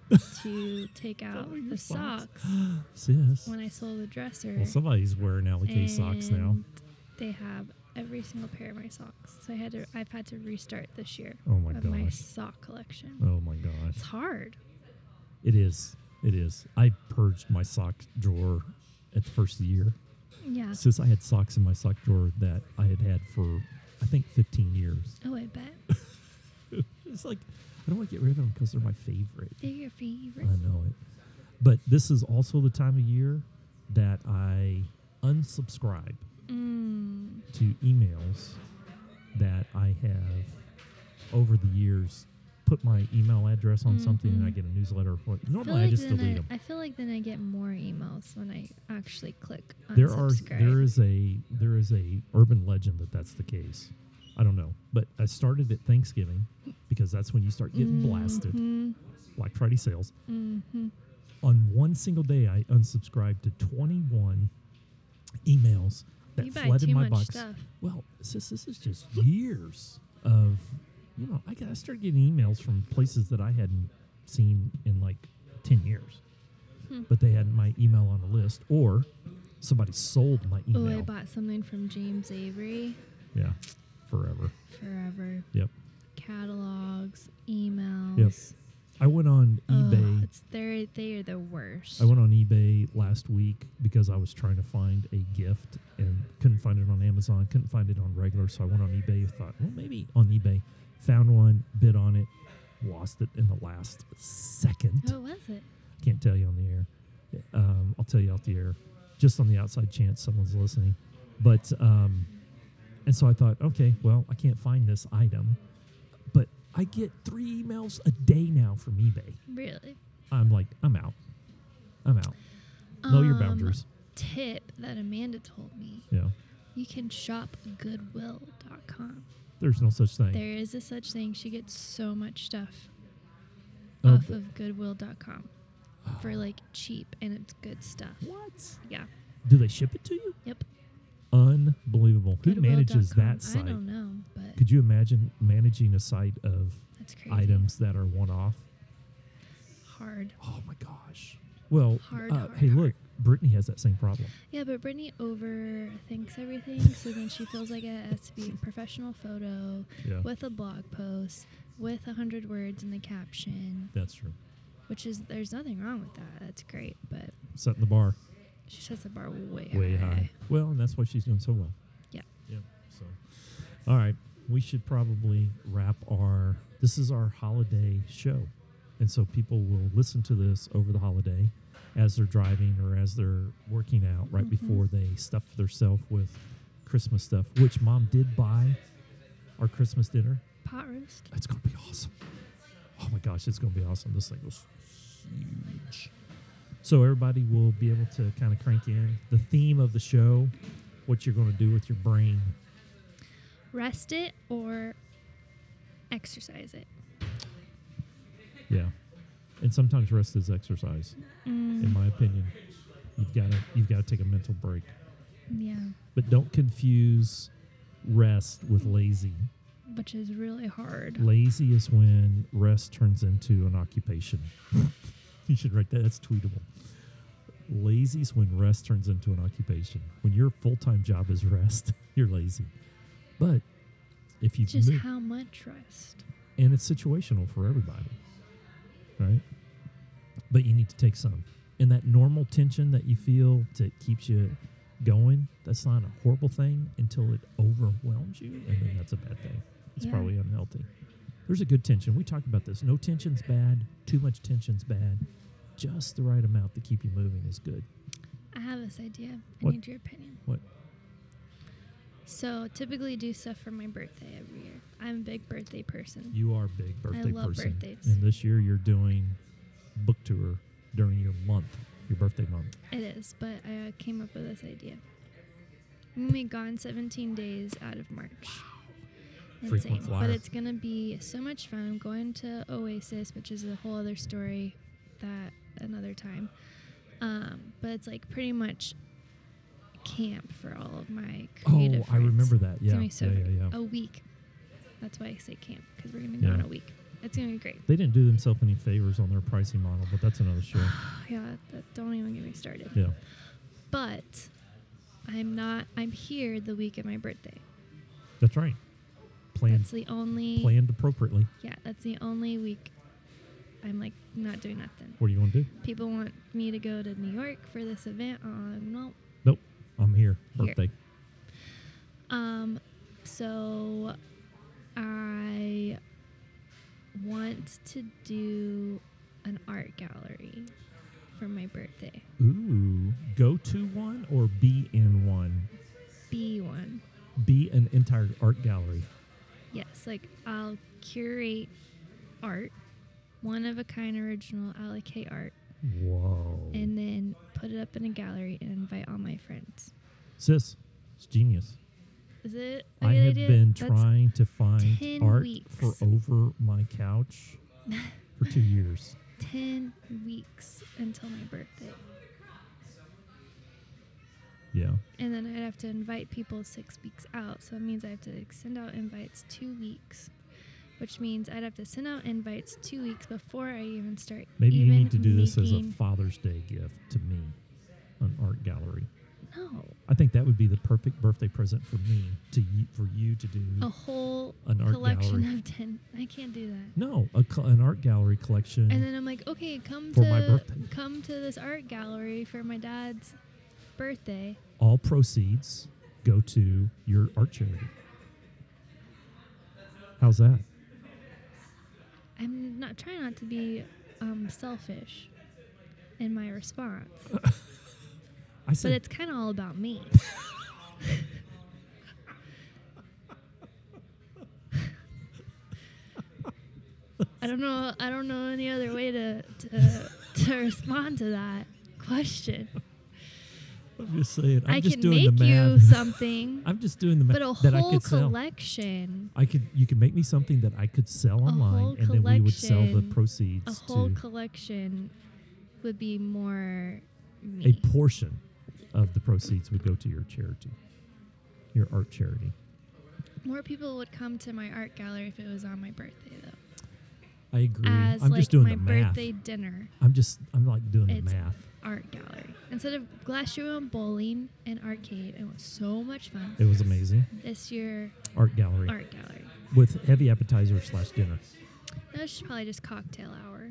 Speaker 2: to take out
Speaker 1: Oh, your
Speaker 2: the
Speaker 1: socks.
Speaker 2: socks
Speaker 1: Sis.
Speaker 2: when I sold the dresser.
Speaker 1: Well, somebody's wearing Alley socks now.
Speaker 2: and They have every single pair of my socks. So I had to I've had to restart this year
Speaker 1: Oh my
Speaker 2: of my
Speaker 1: gosh.
Speaker 2: sock collection.
Speaker 1: Oh my gosh.
Speaker 2: It's hard.
Speaker 1: It is. It is. I purged my sock drawer at the first of the year.
Speaker 2: Yeah.
Speaker 1: Since I had socks in my sock drawer that I had had for, I think, 15 years.
Speaker 2: Oh, I bet.
Speaker 1: [laughs] It's like, I don't want to get rid of them because they're my favorite.
Speaker 2: They're your favorite.
Speaker 1: I know it. But this is also the time of year that I unsubscribe
Speaker 2: Mm.
Speaker 1: to emails that I have over the years put my email address on something and I
Speaker 2: Mhm.
Speaker 1: get a newsletter. for it.
Speaker 2: I feel,
Speaker 1: Normally I
Speaker 2: like
Speaker 1: just
Speaker 2: then
Speaker 1: delete them.
Speaker 2: I, I feel like then I get more emails when I actually click on
Speaker 1: there are there is a there is a urban legend that that's the case. I don't know, but I started at Thanksgiving because that's when you start getting blasted. Black Friday sales.
Speaker 2: Mm-hmm.
Speaker 1: On one single day, I unsubscribed to 21 emails that
Speaker 2: You buy
Speaker 1: flooded
Speaker 2: too
Speaker 1: my
Speaker 2: much
Speaker 1: box.
Speaker 2: stuff.
Speaker 1: Well, sis, this is just years of you know. I got I started getting emails from places that I hadn't seen in like 10 years,
Speaker 2: Hmm.
Speaker 1: but they had my email on the list or. Somebody sold my
Speaker 2: Oh,
Speaker 1: email.
Speaker 2: I bought something from James Avery.
Speaker 1: Yeah, forever.
Speaker 2: Forever.
Speaker 1: Yep.
Speaker 2: Catalogs, emails.
Speaker 1: I went on
Speaker 2: Ugh,
Speaker 1: eBay.
Speaker 2: it's they're they are the worst.
Speaker 1: I went on eBay last week because I was trying to find a gift and couldn't find it on Amazon, couldn't find it on regular. So I went on eBay, thought, well, maybe on eBay. Found one, bid on it, lost it in the last second.
Speaker 2: What Oh, was it?
Speaker 1: Can't tell you on the air. Um, I'll tell you off the air, just on the outside chance someone's listening. But um, and so I thought, okay, well, I can't find this item, but I get three emails a day now from eBay.
Speaker 2: Really?
Speaker 1: I'm like, I'm out. I'm out. Know your
Speaker 2: Um,
Speaker 1: boundaries.
Speaker 2: Tip that Amanda told me.
Speaker 1: Yeah.
Speaker 2: You can shop goodwill.com.
Speaker 1: There's no such thing.
Speaker 2: There is a such thing. She gets so much stuff
Speaker 1: Oh,
Speaker 2: off
Speaker 1: but-
Speaker 2: of goodwill.com
Speaker 1: [sighs]
Speaker 2: for like cheap and it's good stuff.
Speaker 1: what?
Speaker 2: Yeah.
Speaker 1: Do they ship it to you?
Speaker 2: Yep.
Speaker 1: Unbelievable. Who
Speaker 2: Goodwill
Speaker 1: manages
Speaker 2: dot com.
Speaker 1: that
Speaker 2: I
Speaker 1: site?
Speaker 2: don't know, but
Speaker 1: Could you imagine managing a site of
Speaker 2: that's crazy.
Speaker 1: items that are one off?
Speaker 2: Hard.
Speaker 1: Oh my gosh. Well,
Speaker 2: Hard,
Speaker 1: uh,
Speaker 2: hard,
Speaker 1: hey, look, Brittany has that same problem.
Speaker 2: Yeah, but Brittany overthinks everything, so then she feels like it has to be a professional photo
Speaker 1: Yeah.
Speaker 2: with a blog post with a hundred words in the caption,
Speaker 1: That's true.
Speaker 2: which is there's nothing wrong with that. That's great, but
Speaker 1: Setting the bar
Speaker 2: she sets the bar way
Speaker 1: way high. Well, and that's why she's doing so well.
Speaker 2: Yeah.
Speaker 1: Yeah. So, all right, we should probably wrap our. This is our holiday show. And so people will listen to this over the holiday as they're driving or as they're working out right
Speaker 2: Mhm.
Speaker 1: before they stuff themselves with Christmas stuff, which mom did buy our Christmas dinner.
Speaker 2: Pot roast.
Speaker 1: It's gonna be awesome. Oh my gosh, it's gonna be awesome. This thing was huge. So everybody will be able to kind of crank in the theme of the show, what you're gonna do with your brain.
Speaker 2: Rest it or exercise it.
Speaker 1: Yeah. And sometimes rest is exercise, in
Speaker 2: Mm,
Speaker 1: my opinion. You've gotta you've gotta take a mental break.
Speaker 2: yeah.
Speaker 1: But don't confuse rest with lazy.
Speaker 2: Which is really hard.
Speaker 1: Lazy is when rest turns into an occupation. [laughs] you should write that. That's tweetable. Lazy is when rest turns into an occupation. When your full time job is rest, [laughs] you're lazy. But if you
Speaker 2: Just
Speaker 1: move,
Speaker 2: how much rest.
Speaker 1: and it's situational for everybody, right? But you need to take some. And that normal tension that you feel that keeps you going, that's not a horrible thing until it overwhelms you, and then that's a bad thing. It's
Speaker 2: Yeah.
Speaker 1: probably unhealthy. There's a good tension. We talked about this. No tension's bad. Too much tension's bad. Just the right amount to keep you moving is good.
Speaker 2: I have this idea. I
Speaker 1: What?
Speaker 2: need your opinion.
Speaker 1: What?
Speaker 2: So typically do stuff for my birthday every year. I'm a big birthday person.
Speaker 1: You are a big birthday
Speaker 2: love
Speaker 1: person.
Speaker 2: birthdays.
Speaker 1: And this year you're doing book tour during your month, your birthday month.
Speaker 2: It is, but I uh, came up with this idea. I'm gonna be gone 17 days out of March.
Speaker 1: Frequent flyer.
Speaker 2: But it's gonna be so much fun. I'm going to Oasis, which is a whole other story, that another time. Um, but it's like pretty much camp for all of my creative.
Speaker 1: oh, I
Speaker 2: friends.
Speaker 1: remember that.
Speaker 2: It's
Speaker 1: Yeah.
Speaker 2: gonna be so
Speaker 1: yeah,
Speaker 2: great.
Speaker 1: yeah, yeah.
Speaker 2: A week. That's why I say camp because we're gonna be
Speaker 1: Yeah.
Speaker 2: gone a week. It's gonna be great.
Speaker 1: They didn't do themselves any favors on their pricing model, but that's another
Speaker 2: [sighs]
Speaker 1: show.
Speaker 2: Oh, yeah, that, that, don't even get me started.
Speaker 1: Yeah.
Speaker 2: But I'm not. I'm here the week of my birthday.
Speaker 1: That's right. Planned
Speaker 2: That's the only.
Speaker 1: planned appropriately.
Speaker 2: Yeah, that's the only week. I'm like not doing nothing.
Speaker 1: What do you want to do?
Speaker 2: People want me to go to New York for this event. Um, no.
Speaker 1: Nope. I'm here.
Speaker 2: Here.
Speaker 1: Birthday.
Speaker 2: Um, so I want to do an art gallery for my birthday.
Speaker 1: Ooh. Go to one or be in one?
Speaker 2: Be one.
Speaker 1: Be an entire art gallery.
Speaker 2: Yes, like I'll curate art, one of a kind original allocate art,
Speaker 1: Whoa.
Speaker 2: and then put it up in a gallery and invite all my friends.
Speaker 1: Sis, it's genius.
Speaker 2: Is it? a
Speaker 1: I
Speaker 2: good
Speaker 1: have
Speaker 2: idea?
Speaker 1: been
Speaker 2: That's-
Speaker 1: trying to find
Speaker 2: 10
Speaker 1: art
Speaker 2: weeks.
Speaker 1: for over my
Speaker 2: [laughs]
Speaker 1: couch for two years.
Speaker 2: 10 weeks until my birthday.
Speaker 1: Yeah.
Speaker 2: And then I'd have to invite people six weeks out. So that means I have to like, send out invites two weeks, which means I'd have to send out invites two weeks before I even start.
Speaker 1: Maybe
Speaker 2: even
Speaker 1: you need to do this as a
Speaker 2: making-
Speaker 1: Father's Day gift to me, an art gallery.
Speaker 2: no,
Speaker 1: I think that would be the perfect birthday present for me to y- for you to do.
Speaker 2: a whole
Speaker 1: An art
Speaker 2: Oh, collection
Speaker 1: gallery. Mm.
Speaker 2: of 10. I can't do that.
Speaker 1: No, a, col- an art gallery collection.
Speaker 2: And then I'm like, okay, come
Speaker 1: For
Speaker 2: to
Speaker 1: my birthday.
Speaker 2: come to this art gallery for my dad's birthday.
Speaker 1: all proceeds go to your art charity. How's that?
Speaker 2: I'm not trying not to be um, selfish in my response,
Speaker 1: I
Speaker 2: but
Speaker 1: said
Speaker 2: it's kind of all about me. [laughs] I don't know. I don't know any other way to to, to respond to that question.
Speaker 1: I'm just saying. I'm
Speaker 2: I
Speaker 1: just
Speaker 2: can
Speaker 1: doing
Speaker 2: make
Speaker 1: the
Speaker 2: you
Speaker 1: math. [laughs]
Speaker 2: something,
Speaker 1: I'm just doing the math
Speaker 2: but a
Speaker 1: that I
Speaker 2: whole
Speaker 1: could sell.
Speaker 2: collection,
Speaker 1: I could you could make me something that I could sell online,
Speaker 2: whole
Speaker 1: and then we would sell the
Speaker 2: collection.
Speaker 1: proceeds
Speaker 2: a whole
Speaker 1: to
Speaker 2: collection, would be more me.
Speaker 1: a portion of the proceeds would go to your charity, your art charity.
Speaker 2: More people would come to my art gallery if it was on my birthday, though.
Speaker 1: I agree.
Speaker 2: As
Speaker 1: I'm
Speaker 2: like
Speaker 1: just doing
Speaker 2: my
Speaker 1: the math.
Speaker 2: birthday dinner
Speaker 1: I'm just I'm like doing the
Speaker 2: It's-
Speaker 1: math.
Speaker 2: art gallery instead of glass year we went bowling and arcade. It was so much fun.
Speaker 1: It was amazing.
Speaker 2: This year,
Speaker 1: Art gallery
Speaker 2: art gallery.
Speaker 1: with heavy appetizer slash dinner.
Speaker 2: That was probably just cocktail hour.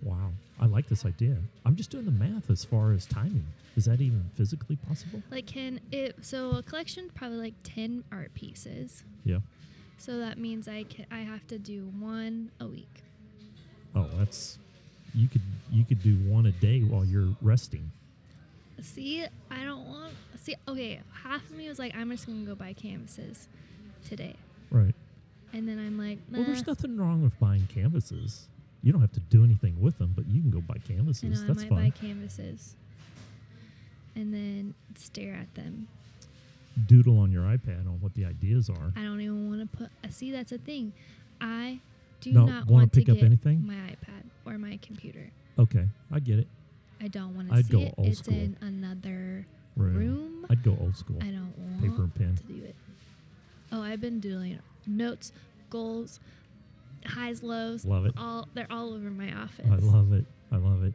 Speaker 1: Wow, I like this idea. I'm just doing the math as far as timing. Is that even physically possible?
Speaker 2: Like, can it? So a collection probably like ten art pieces.
Speaker 1: Yeah.
Speaker 2: So that means I can, I have to do one a week.
Speaker 1: Oh, that's you could you could do one a day while you're resting.
Speaker 2: See, I don't want. See, okay, half of me was like, I'm just gonna go buy canvases today,
Speaker 1: Right.
Speaker 2: and then I'm like, nah,
Speaker 1: Well, there's nothing wrong with buying canvases. You don't have to do anything with them, but you can go buy
Speaker 2: I know
Speaker 1: canvases.
Speaker 2: I
Speaker 1: That's
Speaker 2: might buy
Speaker 1: fine.
Speaker 2: canvases, and then stare at them.
Speaker 1: Doodle on your iPad on what the ideas are.
Speaker 2: I don't even want to put. uh, See, that's the thing. I do
Speaker 1: No,
Speaker 2: not
Speaker 1: wanna
Speaker 2: want to
Speaker 1: pick up
Speaker 2: get
Speaker 1: anything?
Speaker 2: my iPad or my computer.
Speaker 1: Okay, I get it.
Speaker 2: I don't want to
Speaker 1: I'd
Speaker 2: see
Speaker 1: go
Speaker 2: it.
Speaker 1: old
Speaker 2: It's
Speaker 1: school.
Speaker 2: in another
Speaker 1: Room.
Speaker 2: room.
Speaker 1: I'd go old school.
Speaker 2: I don't want
Speaker 1: Paper and pen.
Speaker 2: to do it. Oh, I've been doing notes, goals, highs, lows.
Speaker 1: Love it.
Speaker 2: All they're all over my office.
Speaker 1: I love it. I love it.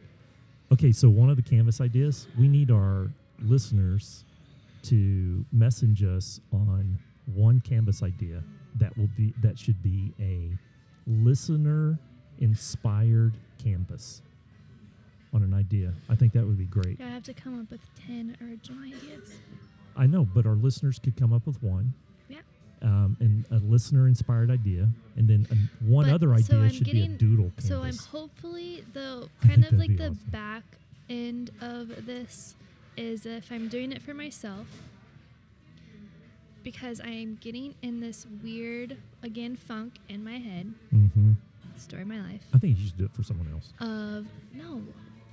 Speaker 1: Okay, so one of the canvas ideas, we need our listeners to message us on one canvas idea that will be that should be a listener inspired canvas on an idea. I think that would be great.
Speaker 2: I have to come up with ten original ideas.
Speaker 1: I know, but our listeners could come up with one.
Speaker 2: Yeah.
Speaker 1: Um, and a listener inspired idea, and then an one
Speaker 2: But-
Speaker 1: other idea
Speaker 2: so I'm
Speaker 1: should be
Speaker 2: getting-
Speaker 1: a doodle canvas.
Speaker 2: So I'm hopefully though
Speaker 1: I
Speaker 2: kind
Speaker 1: think
Speaker 2: of
Speaker 1: that'd
Speaker 2: like
Speaker 1: be
Speaker 2: the
Speaker 1: awesome.
Speaker 2: back end of this is if I'm doing it for myself because I am getting in this weird again funk in my head,
Speaker 1: mm-hmm.
Speaker 2: story of my life.
Speaker 1: I think you should do it for someone else.
Speaker 2: Of no,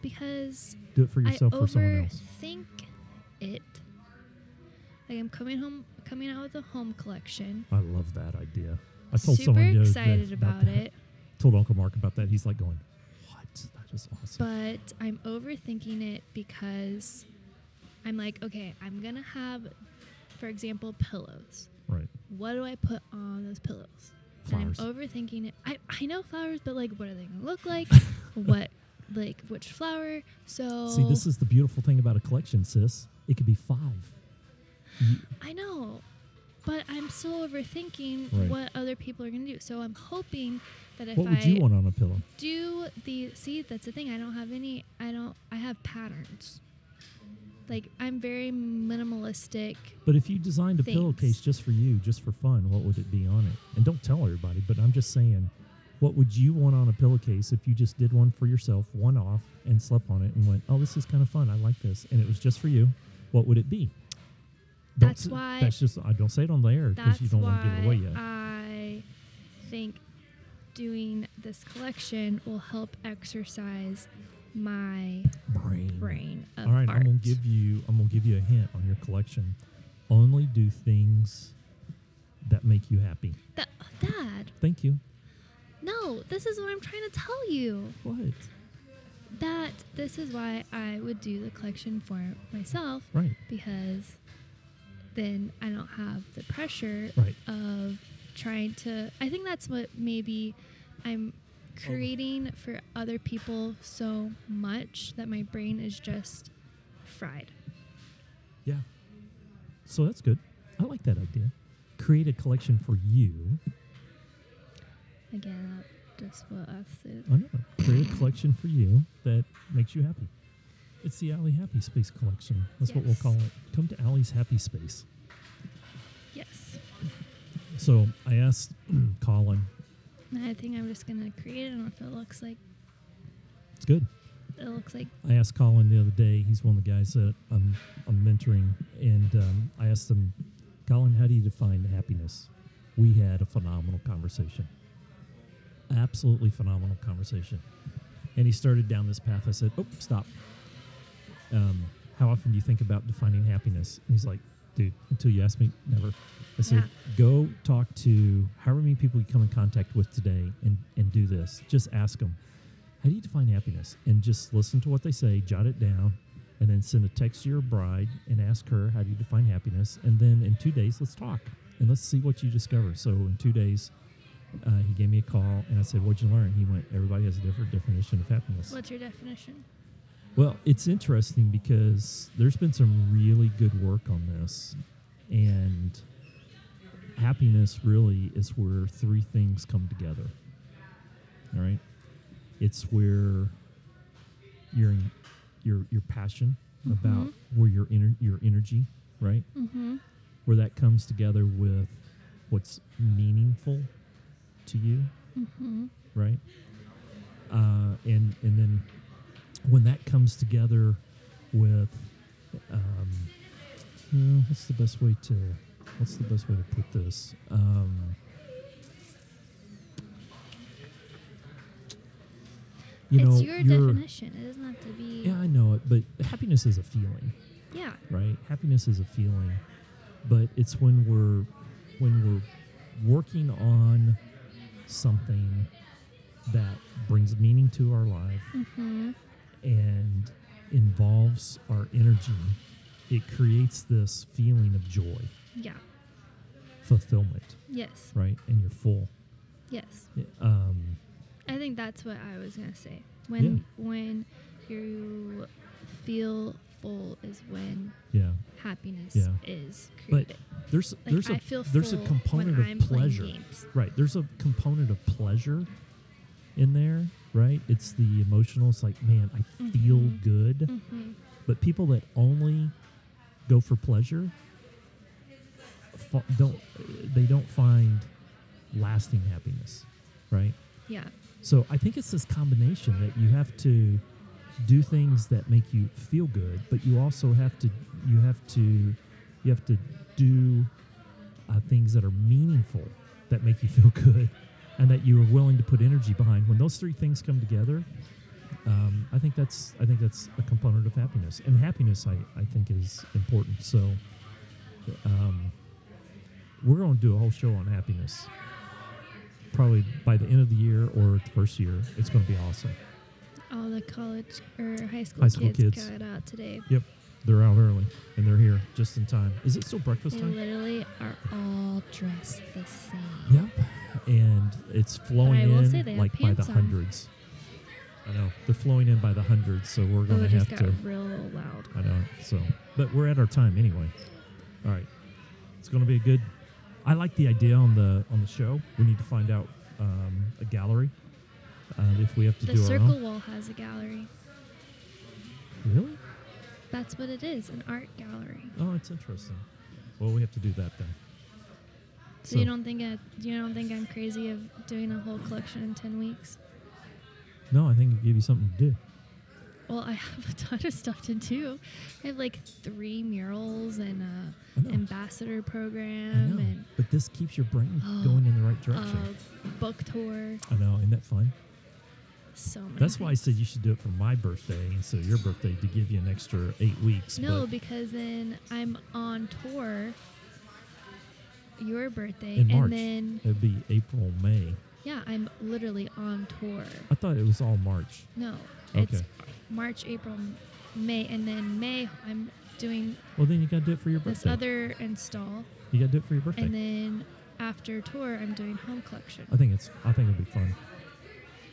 Speaker 2: because
Speaker 1: Do it for
Speaker 2: I
Speaker 1: yourself or someone else.
Speaker 2: overthink it. Like I'm coming home, coming out with a home collection.
Speaker 1: I love that idea. I told
Speaker 2: Super
Speaker 1: someone the other day
Speaker 2: excited about
Speaker 1: that.
Speaker 2: it,
Speaker 1: Told Uncle Mark about that. He's like going, "What? That is awesome."
Speaker 2: but I'm overthinking it because I'm like, okay, I'm gonna have, for example, pillows.
Speaker 1: right.
Speaker 2: What do I put on those pillows?
Speaker 1: Flowers.
Speaker 2: And I'm overthinking it. I, I know flowers, but like, what are they gonna look like?
Speaker 1: [laughs]
Speaker 2: what, like, which flower? So
Speaker 1: See, this is the beautiful thing about a collection, sis. It could be five.
Speaker 2: I know, but I'm still overthinking
Speaker 1: Right.
Speaker 2: what other people are going to do. So I'm hoping that if
Speaker 1: what would
Speaker 2: I
Speaker 1: you want on a pillow?
Speaker 2: do the see, that's the thing. I don't have any. I don't. I have patterns. Like I'm very minimalistic.
Speaker 1: But if you designed a
Speaker 2: Things.
Speaker 1: pillowcase just for you, just for fun, what would it be on it? And don't tell everybody, but I'm just saying, what would you want on a pillowcase if you just did one for yourself, one off, and slept on it and went, oh, this is kind of fun. I like this. And it was just for you. What would it be? Don't
Speaker 2: That's
Speaker 1: s-
Speaker 2: why-
Speaker 1: That's just, I don't say it on the air because
Speaker 2: That's
Speaker 1: you don't
Speaker 2: why
Speaker 1: want to give it away yet.
Speaker 2: I think doing this collection will help exercise my
Speaker 1: Brain.
Speaker 2: brain of
Speaker 1: All right,
Speaker 2: art.
Speaker 1: I'm gonna give you. I'm gonna give you a hint on your collection. Only do things that make you happy.
Speaker 2: Th- Dad,
Speaker 1: Thank you.
Speaker 2: no, this is what I'm trying to tell you.
Speaker 1: What?
Speaker 2: that this is why I would do the collection for myself
Speaker 1: Right.
Speaker 2: because then I don't have the pressure
Speaker 1: Right.
Speaker 2: of trying to. I think that's what maybe I'm creating for other people so much that my brain is just fried.
Speaker 1: Yeah. So that's good. I like that idea. Create a collection for you.
Speaker 2: Again, that's what I said.
Speaker 1: I know. Create a collection for you that makes you happy. It's the Alley Happy Space collection. That's what we'll
Speaker 2: Yes.
Speaker 1: call it. Come to Alley's Happy Space.
Speaker 2: Yes.
Speaker 1: So I asked [clears throat] Colin.
Speaker 2: And I think I'm just gonna create it. I don't know if it looks like
Speaker 1: It's good.
Speaker 2: it looks like
Speaker 1: I asked Colin the other day. He's one of the guys that I'm, I'm mentoring, and um, I asked him, Colin, how do you define happiness? We had a phenomenal conversation, absolutely phenomenal conversation, and he started down this path. I said, "Oh, stop. Um, how often do you think about defining happiness?" And he's like, "Dude, until you ask me, never." I said, "Go talk to however many people you come in contact with today, and and do this. Just ask them." how do you define happiness? And just listen to what they say, jot it down, and then send a text to your bride and ask her, how do you define happiness? And then in two days, let's talk and let's see what you discover. So in two days, uh, he gave me a call and I said, what'd you learn? He went, everybody has a different definition of happiness.
Speaker 2: what's your definition?
Speaker 1: Well, it's interesting because there's been some really good work on this, and happiness really is where three things come together. All right, it's where your your your passion about
Speaker 2: Mhm.
Speaker 1: where your ener- your energy, right,
Speaker 2: Mm-hmm.
Speaker 1: where that comes together with what's meaningful to you,
Speaker 2: Mm-hmm.
Speaker 1: right? uh, and and then when that comes together with um, hmm, what's the best way to what's the best way to put this um, you know
Speaker 2: it's your
Speaker 1: you're-
Speaker 2: definition. It doesn't have to be.
Speaker 1: yeah i know it but happiness is a feeling
Speaker 2: yeah.
Speaker 1: right? Happiness is a feeling, but it's when we're when we're working on something that brings meaning to our life
Speaker 2: Mhm.
Speaker 1: and involves our energy. It creates this feeling of joy,
Speaker 2: Yeah.
Speaker 1: fulfillment,
Speaker 2: Yes.
Speaker 1: right? And you're full.
Speaker 2: Yes.
Speaker 1: Um,
Speaker 2: I think that's what I was gonna say. When when you feel full is when
Speaker 1: yeah.
Speaker 2: happiness
Speaker 1: Yeah.
Speaker 2: is created.
Speaker 1: But there's
Speaker 2: like
Speaker 1: there's
Speaker 2: I
Speaker 1: a
Speaker 2: feel
Speaker 1: there's a
Speaker 2: full
Speaker 1: component
Speaker 2: when I'm
Speaker 1: of pleasure.
Speaker 2: Playing games.
Speaker 1: Right. There's a component of pleasure in there, right? It's the emotional. It's like, man, I feel
Speaker 2: Mhm.
Speaker 1: good.
Speaker 2: Mhm.
Speaker 1: But people that only go for pleasure fa- don't they don't find lasting happiness, right?
Speaker 2: Yeah.
Speaker 1: So I think it's this combination that you have to do things that make you feel good, but you also have to you have to you have to do uh, things that are meaningful that make you feel [laughs] good, and that you are willing to put energy behind. When those three things come together, um, I think that's I think that's a component of happiness, and happiness I, I think is important. So, um, we're going to do a whole show on happiness probably by the end of the year or the first year, it's going to be awesome.
Speaker 2: All the college or high school,
Speaker 1: High school
Speaker 2: kids,
Speaker 1: kids.
Speaker 2: got out today.
Speaker 1: They're out early and they're here just in time. Is it still breakfast
Speaker 2: they
Speaker 1: time?
Speaker 2: literally are all dressed the same.
Speaker 1: Yep. And it's flowing
Speaker 2: I will
Speaker 1: in
Speaker 2: say they have
Speaker 1: like by the
Speaker 2: pants on.
Speaker 1: hundreds. I know they're flowing in by the hundreds, so we're
Speaker 2: Oh,
Speaker 1: going to
Speaker 2: it just
Speaker 1: have
Speaker 2: got
Speaker 1: to.
Speaker 2: real loud.
Speaker 1: I know. So, but we're at our time anyway. All right. It's going to be a good. I like the idea on the on the show. We need to find out um, a gallery. Uh, if we have to
Speaker 2: The
Speaker 1: do our
Speaker 2: circle
Speaker 1: own.
Speaker 2: wall has a gallery.
Speaker 1: Really?
Speaker 2: That's what it is, an art gallery.
Speaker 1: Oh, it's interesting. Well, we have to do that then.
Speaker 2: So, you
Speaker 1: So-
Speaker 2: don't think I, you don't think I'm crazy of doing a whole collection in ten weeks?
Speaker 1: No, I think it gave you something to do.
Speaker 2: Well, I [laughs] have a ton of stuff to do. I have like three murals and a
Speaker 1: I know.
Speaker 2: ambassador
Speaker 1: Oh. I
Speaker 2: program
Speaker 1: know.
Speaker 2: and
Speaker 1: But this keeps your brain
Speaker 2: [gasps] Oh,
Speaker 1: going in the right
Speaker 2: a
Speaker 1: direction.
Speaker 2: book tour.
Speaker 1: I know. Isn't that fun?
Speaker 2: So many.
Speaker 1: That's why I
Speaker 2: things.
Speaker 1: said you should do it for my birthday instead of your birthday to give you an extra eight weeks.
Speaker 2: No, because then I'm on tour. Your birthday,
Speaker 1: In
Speaker 2: and
Speaker 1: March.
Speaker 2: then
Speaker 1: But it'd be April, May.
Speaker 2: yeah, I'm literally on tour.
Speaker 1: I thought it was all March.
Speaker 2: No, it's
Speaker 1: Okay.
Speaker 2: March, April, May, and then May I'm doing
Speaker 1: Well, then you got to do it for your
Speaker 2: this
Speaker 1: birthday.
Speaker 2: other install,
Speaker 1: you got to do it for your birthday.
Speaker 2: and then after tour I'm doing home collection.
Speaker 1: I think it's. I think it'd be fun.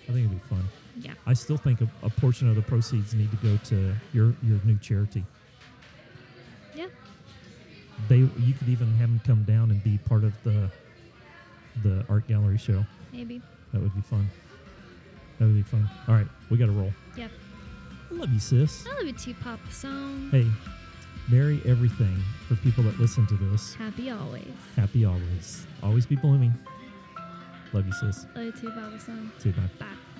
Speaker 1: I think it'd be fun.
Speaker 2: Yeah,
Speaker 1: I still think a, a portion of the proceeds need to go to your your new charity.
Speaker 2: yeah,
Speaker 1: They you could even have them come down and be part of the the art gallery show.
Speaker 2: maybe.
Speaker 1: That would be fun. That would be fun. All right, we got to roll.
Speaker 2: Yep.
Speaker 1: I love you, sis.
Speaker 2: I love you too, Papa Song.
Speaker 1: Hey, merry everything for people that listen to this.
Speaker 2: Happy always.
Speaker 1: Happy always. Always be blooming. Love you, sis.
Speaker 2: Love you too, Papa Song.
Speaker 1: See you. Bye.
Speaker 2: Bye.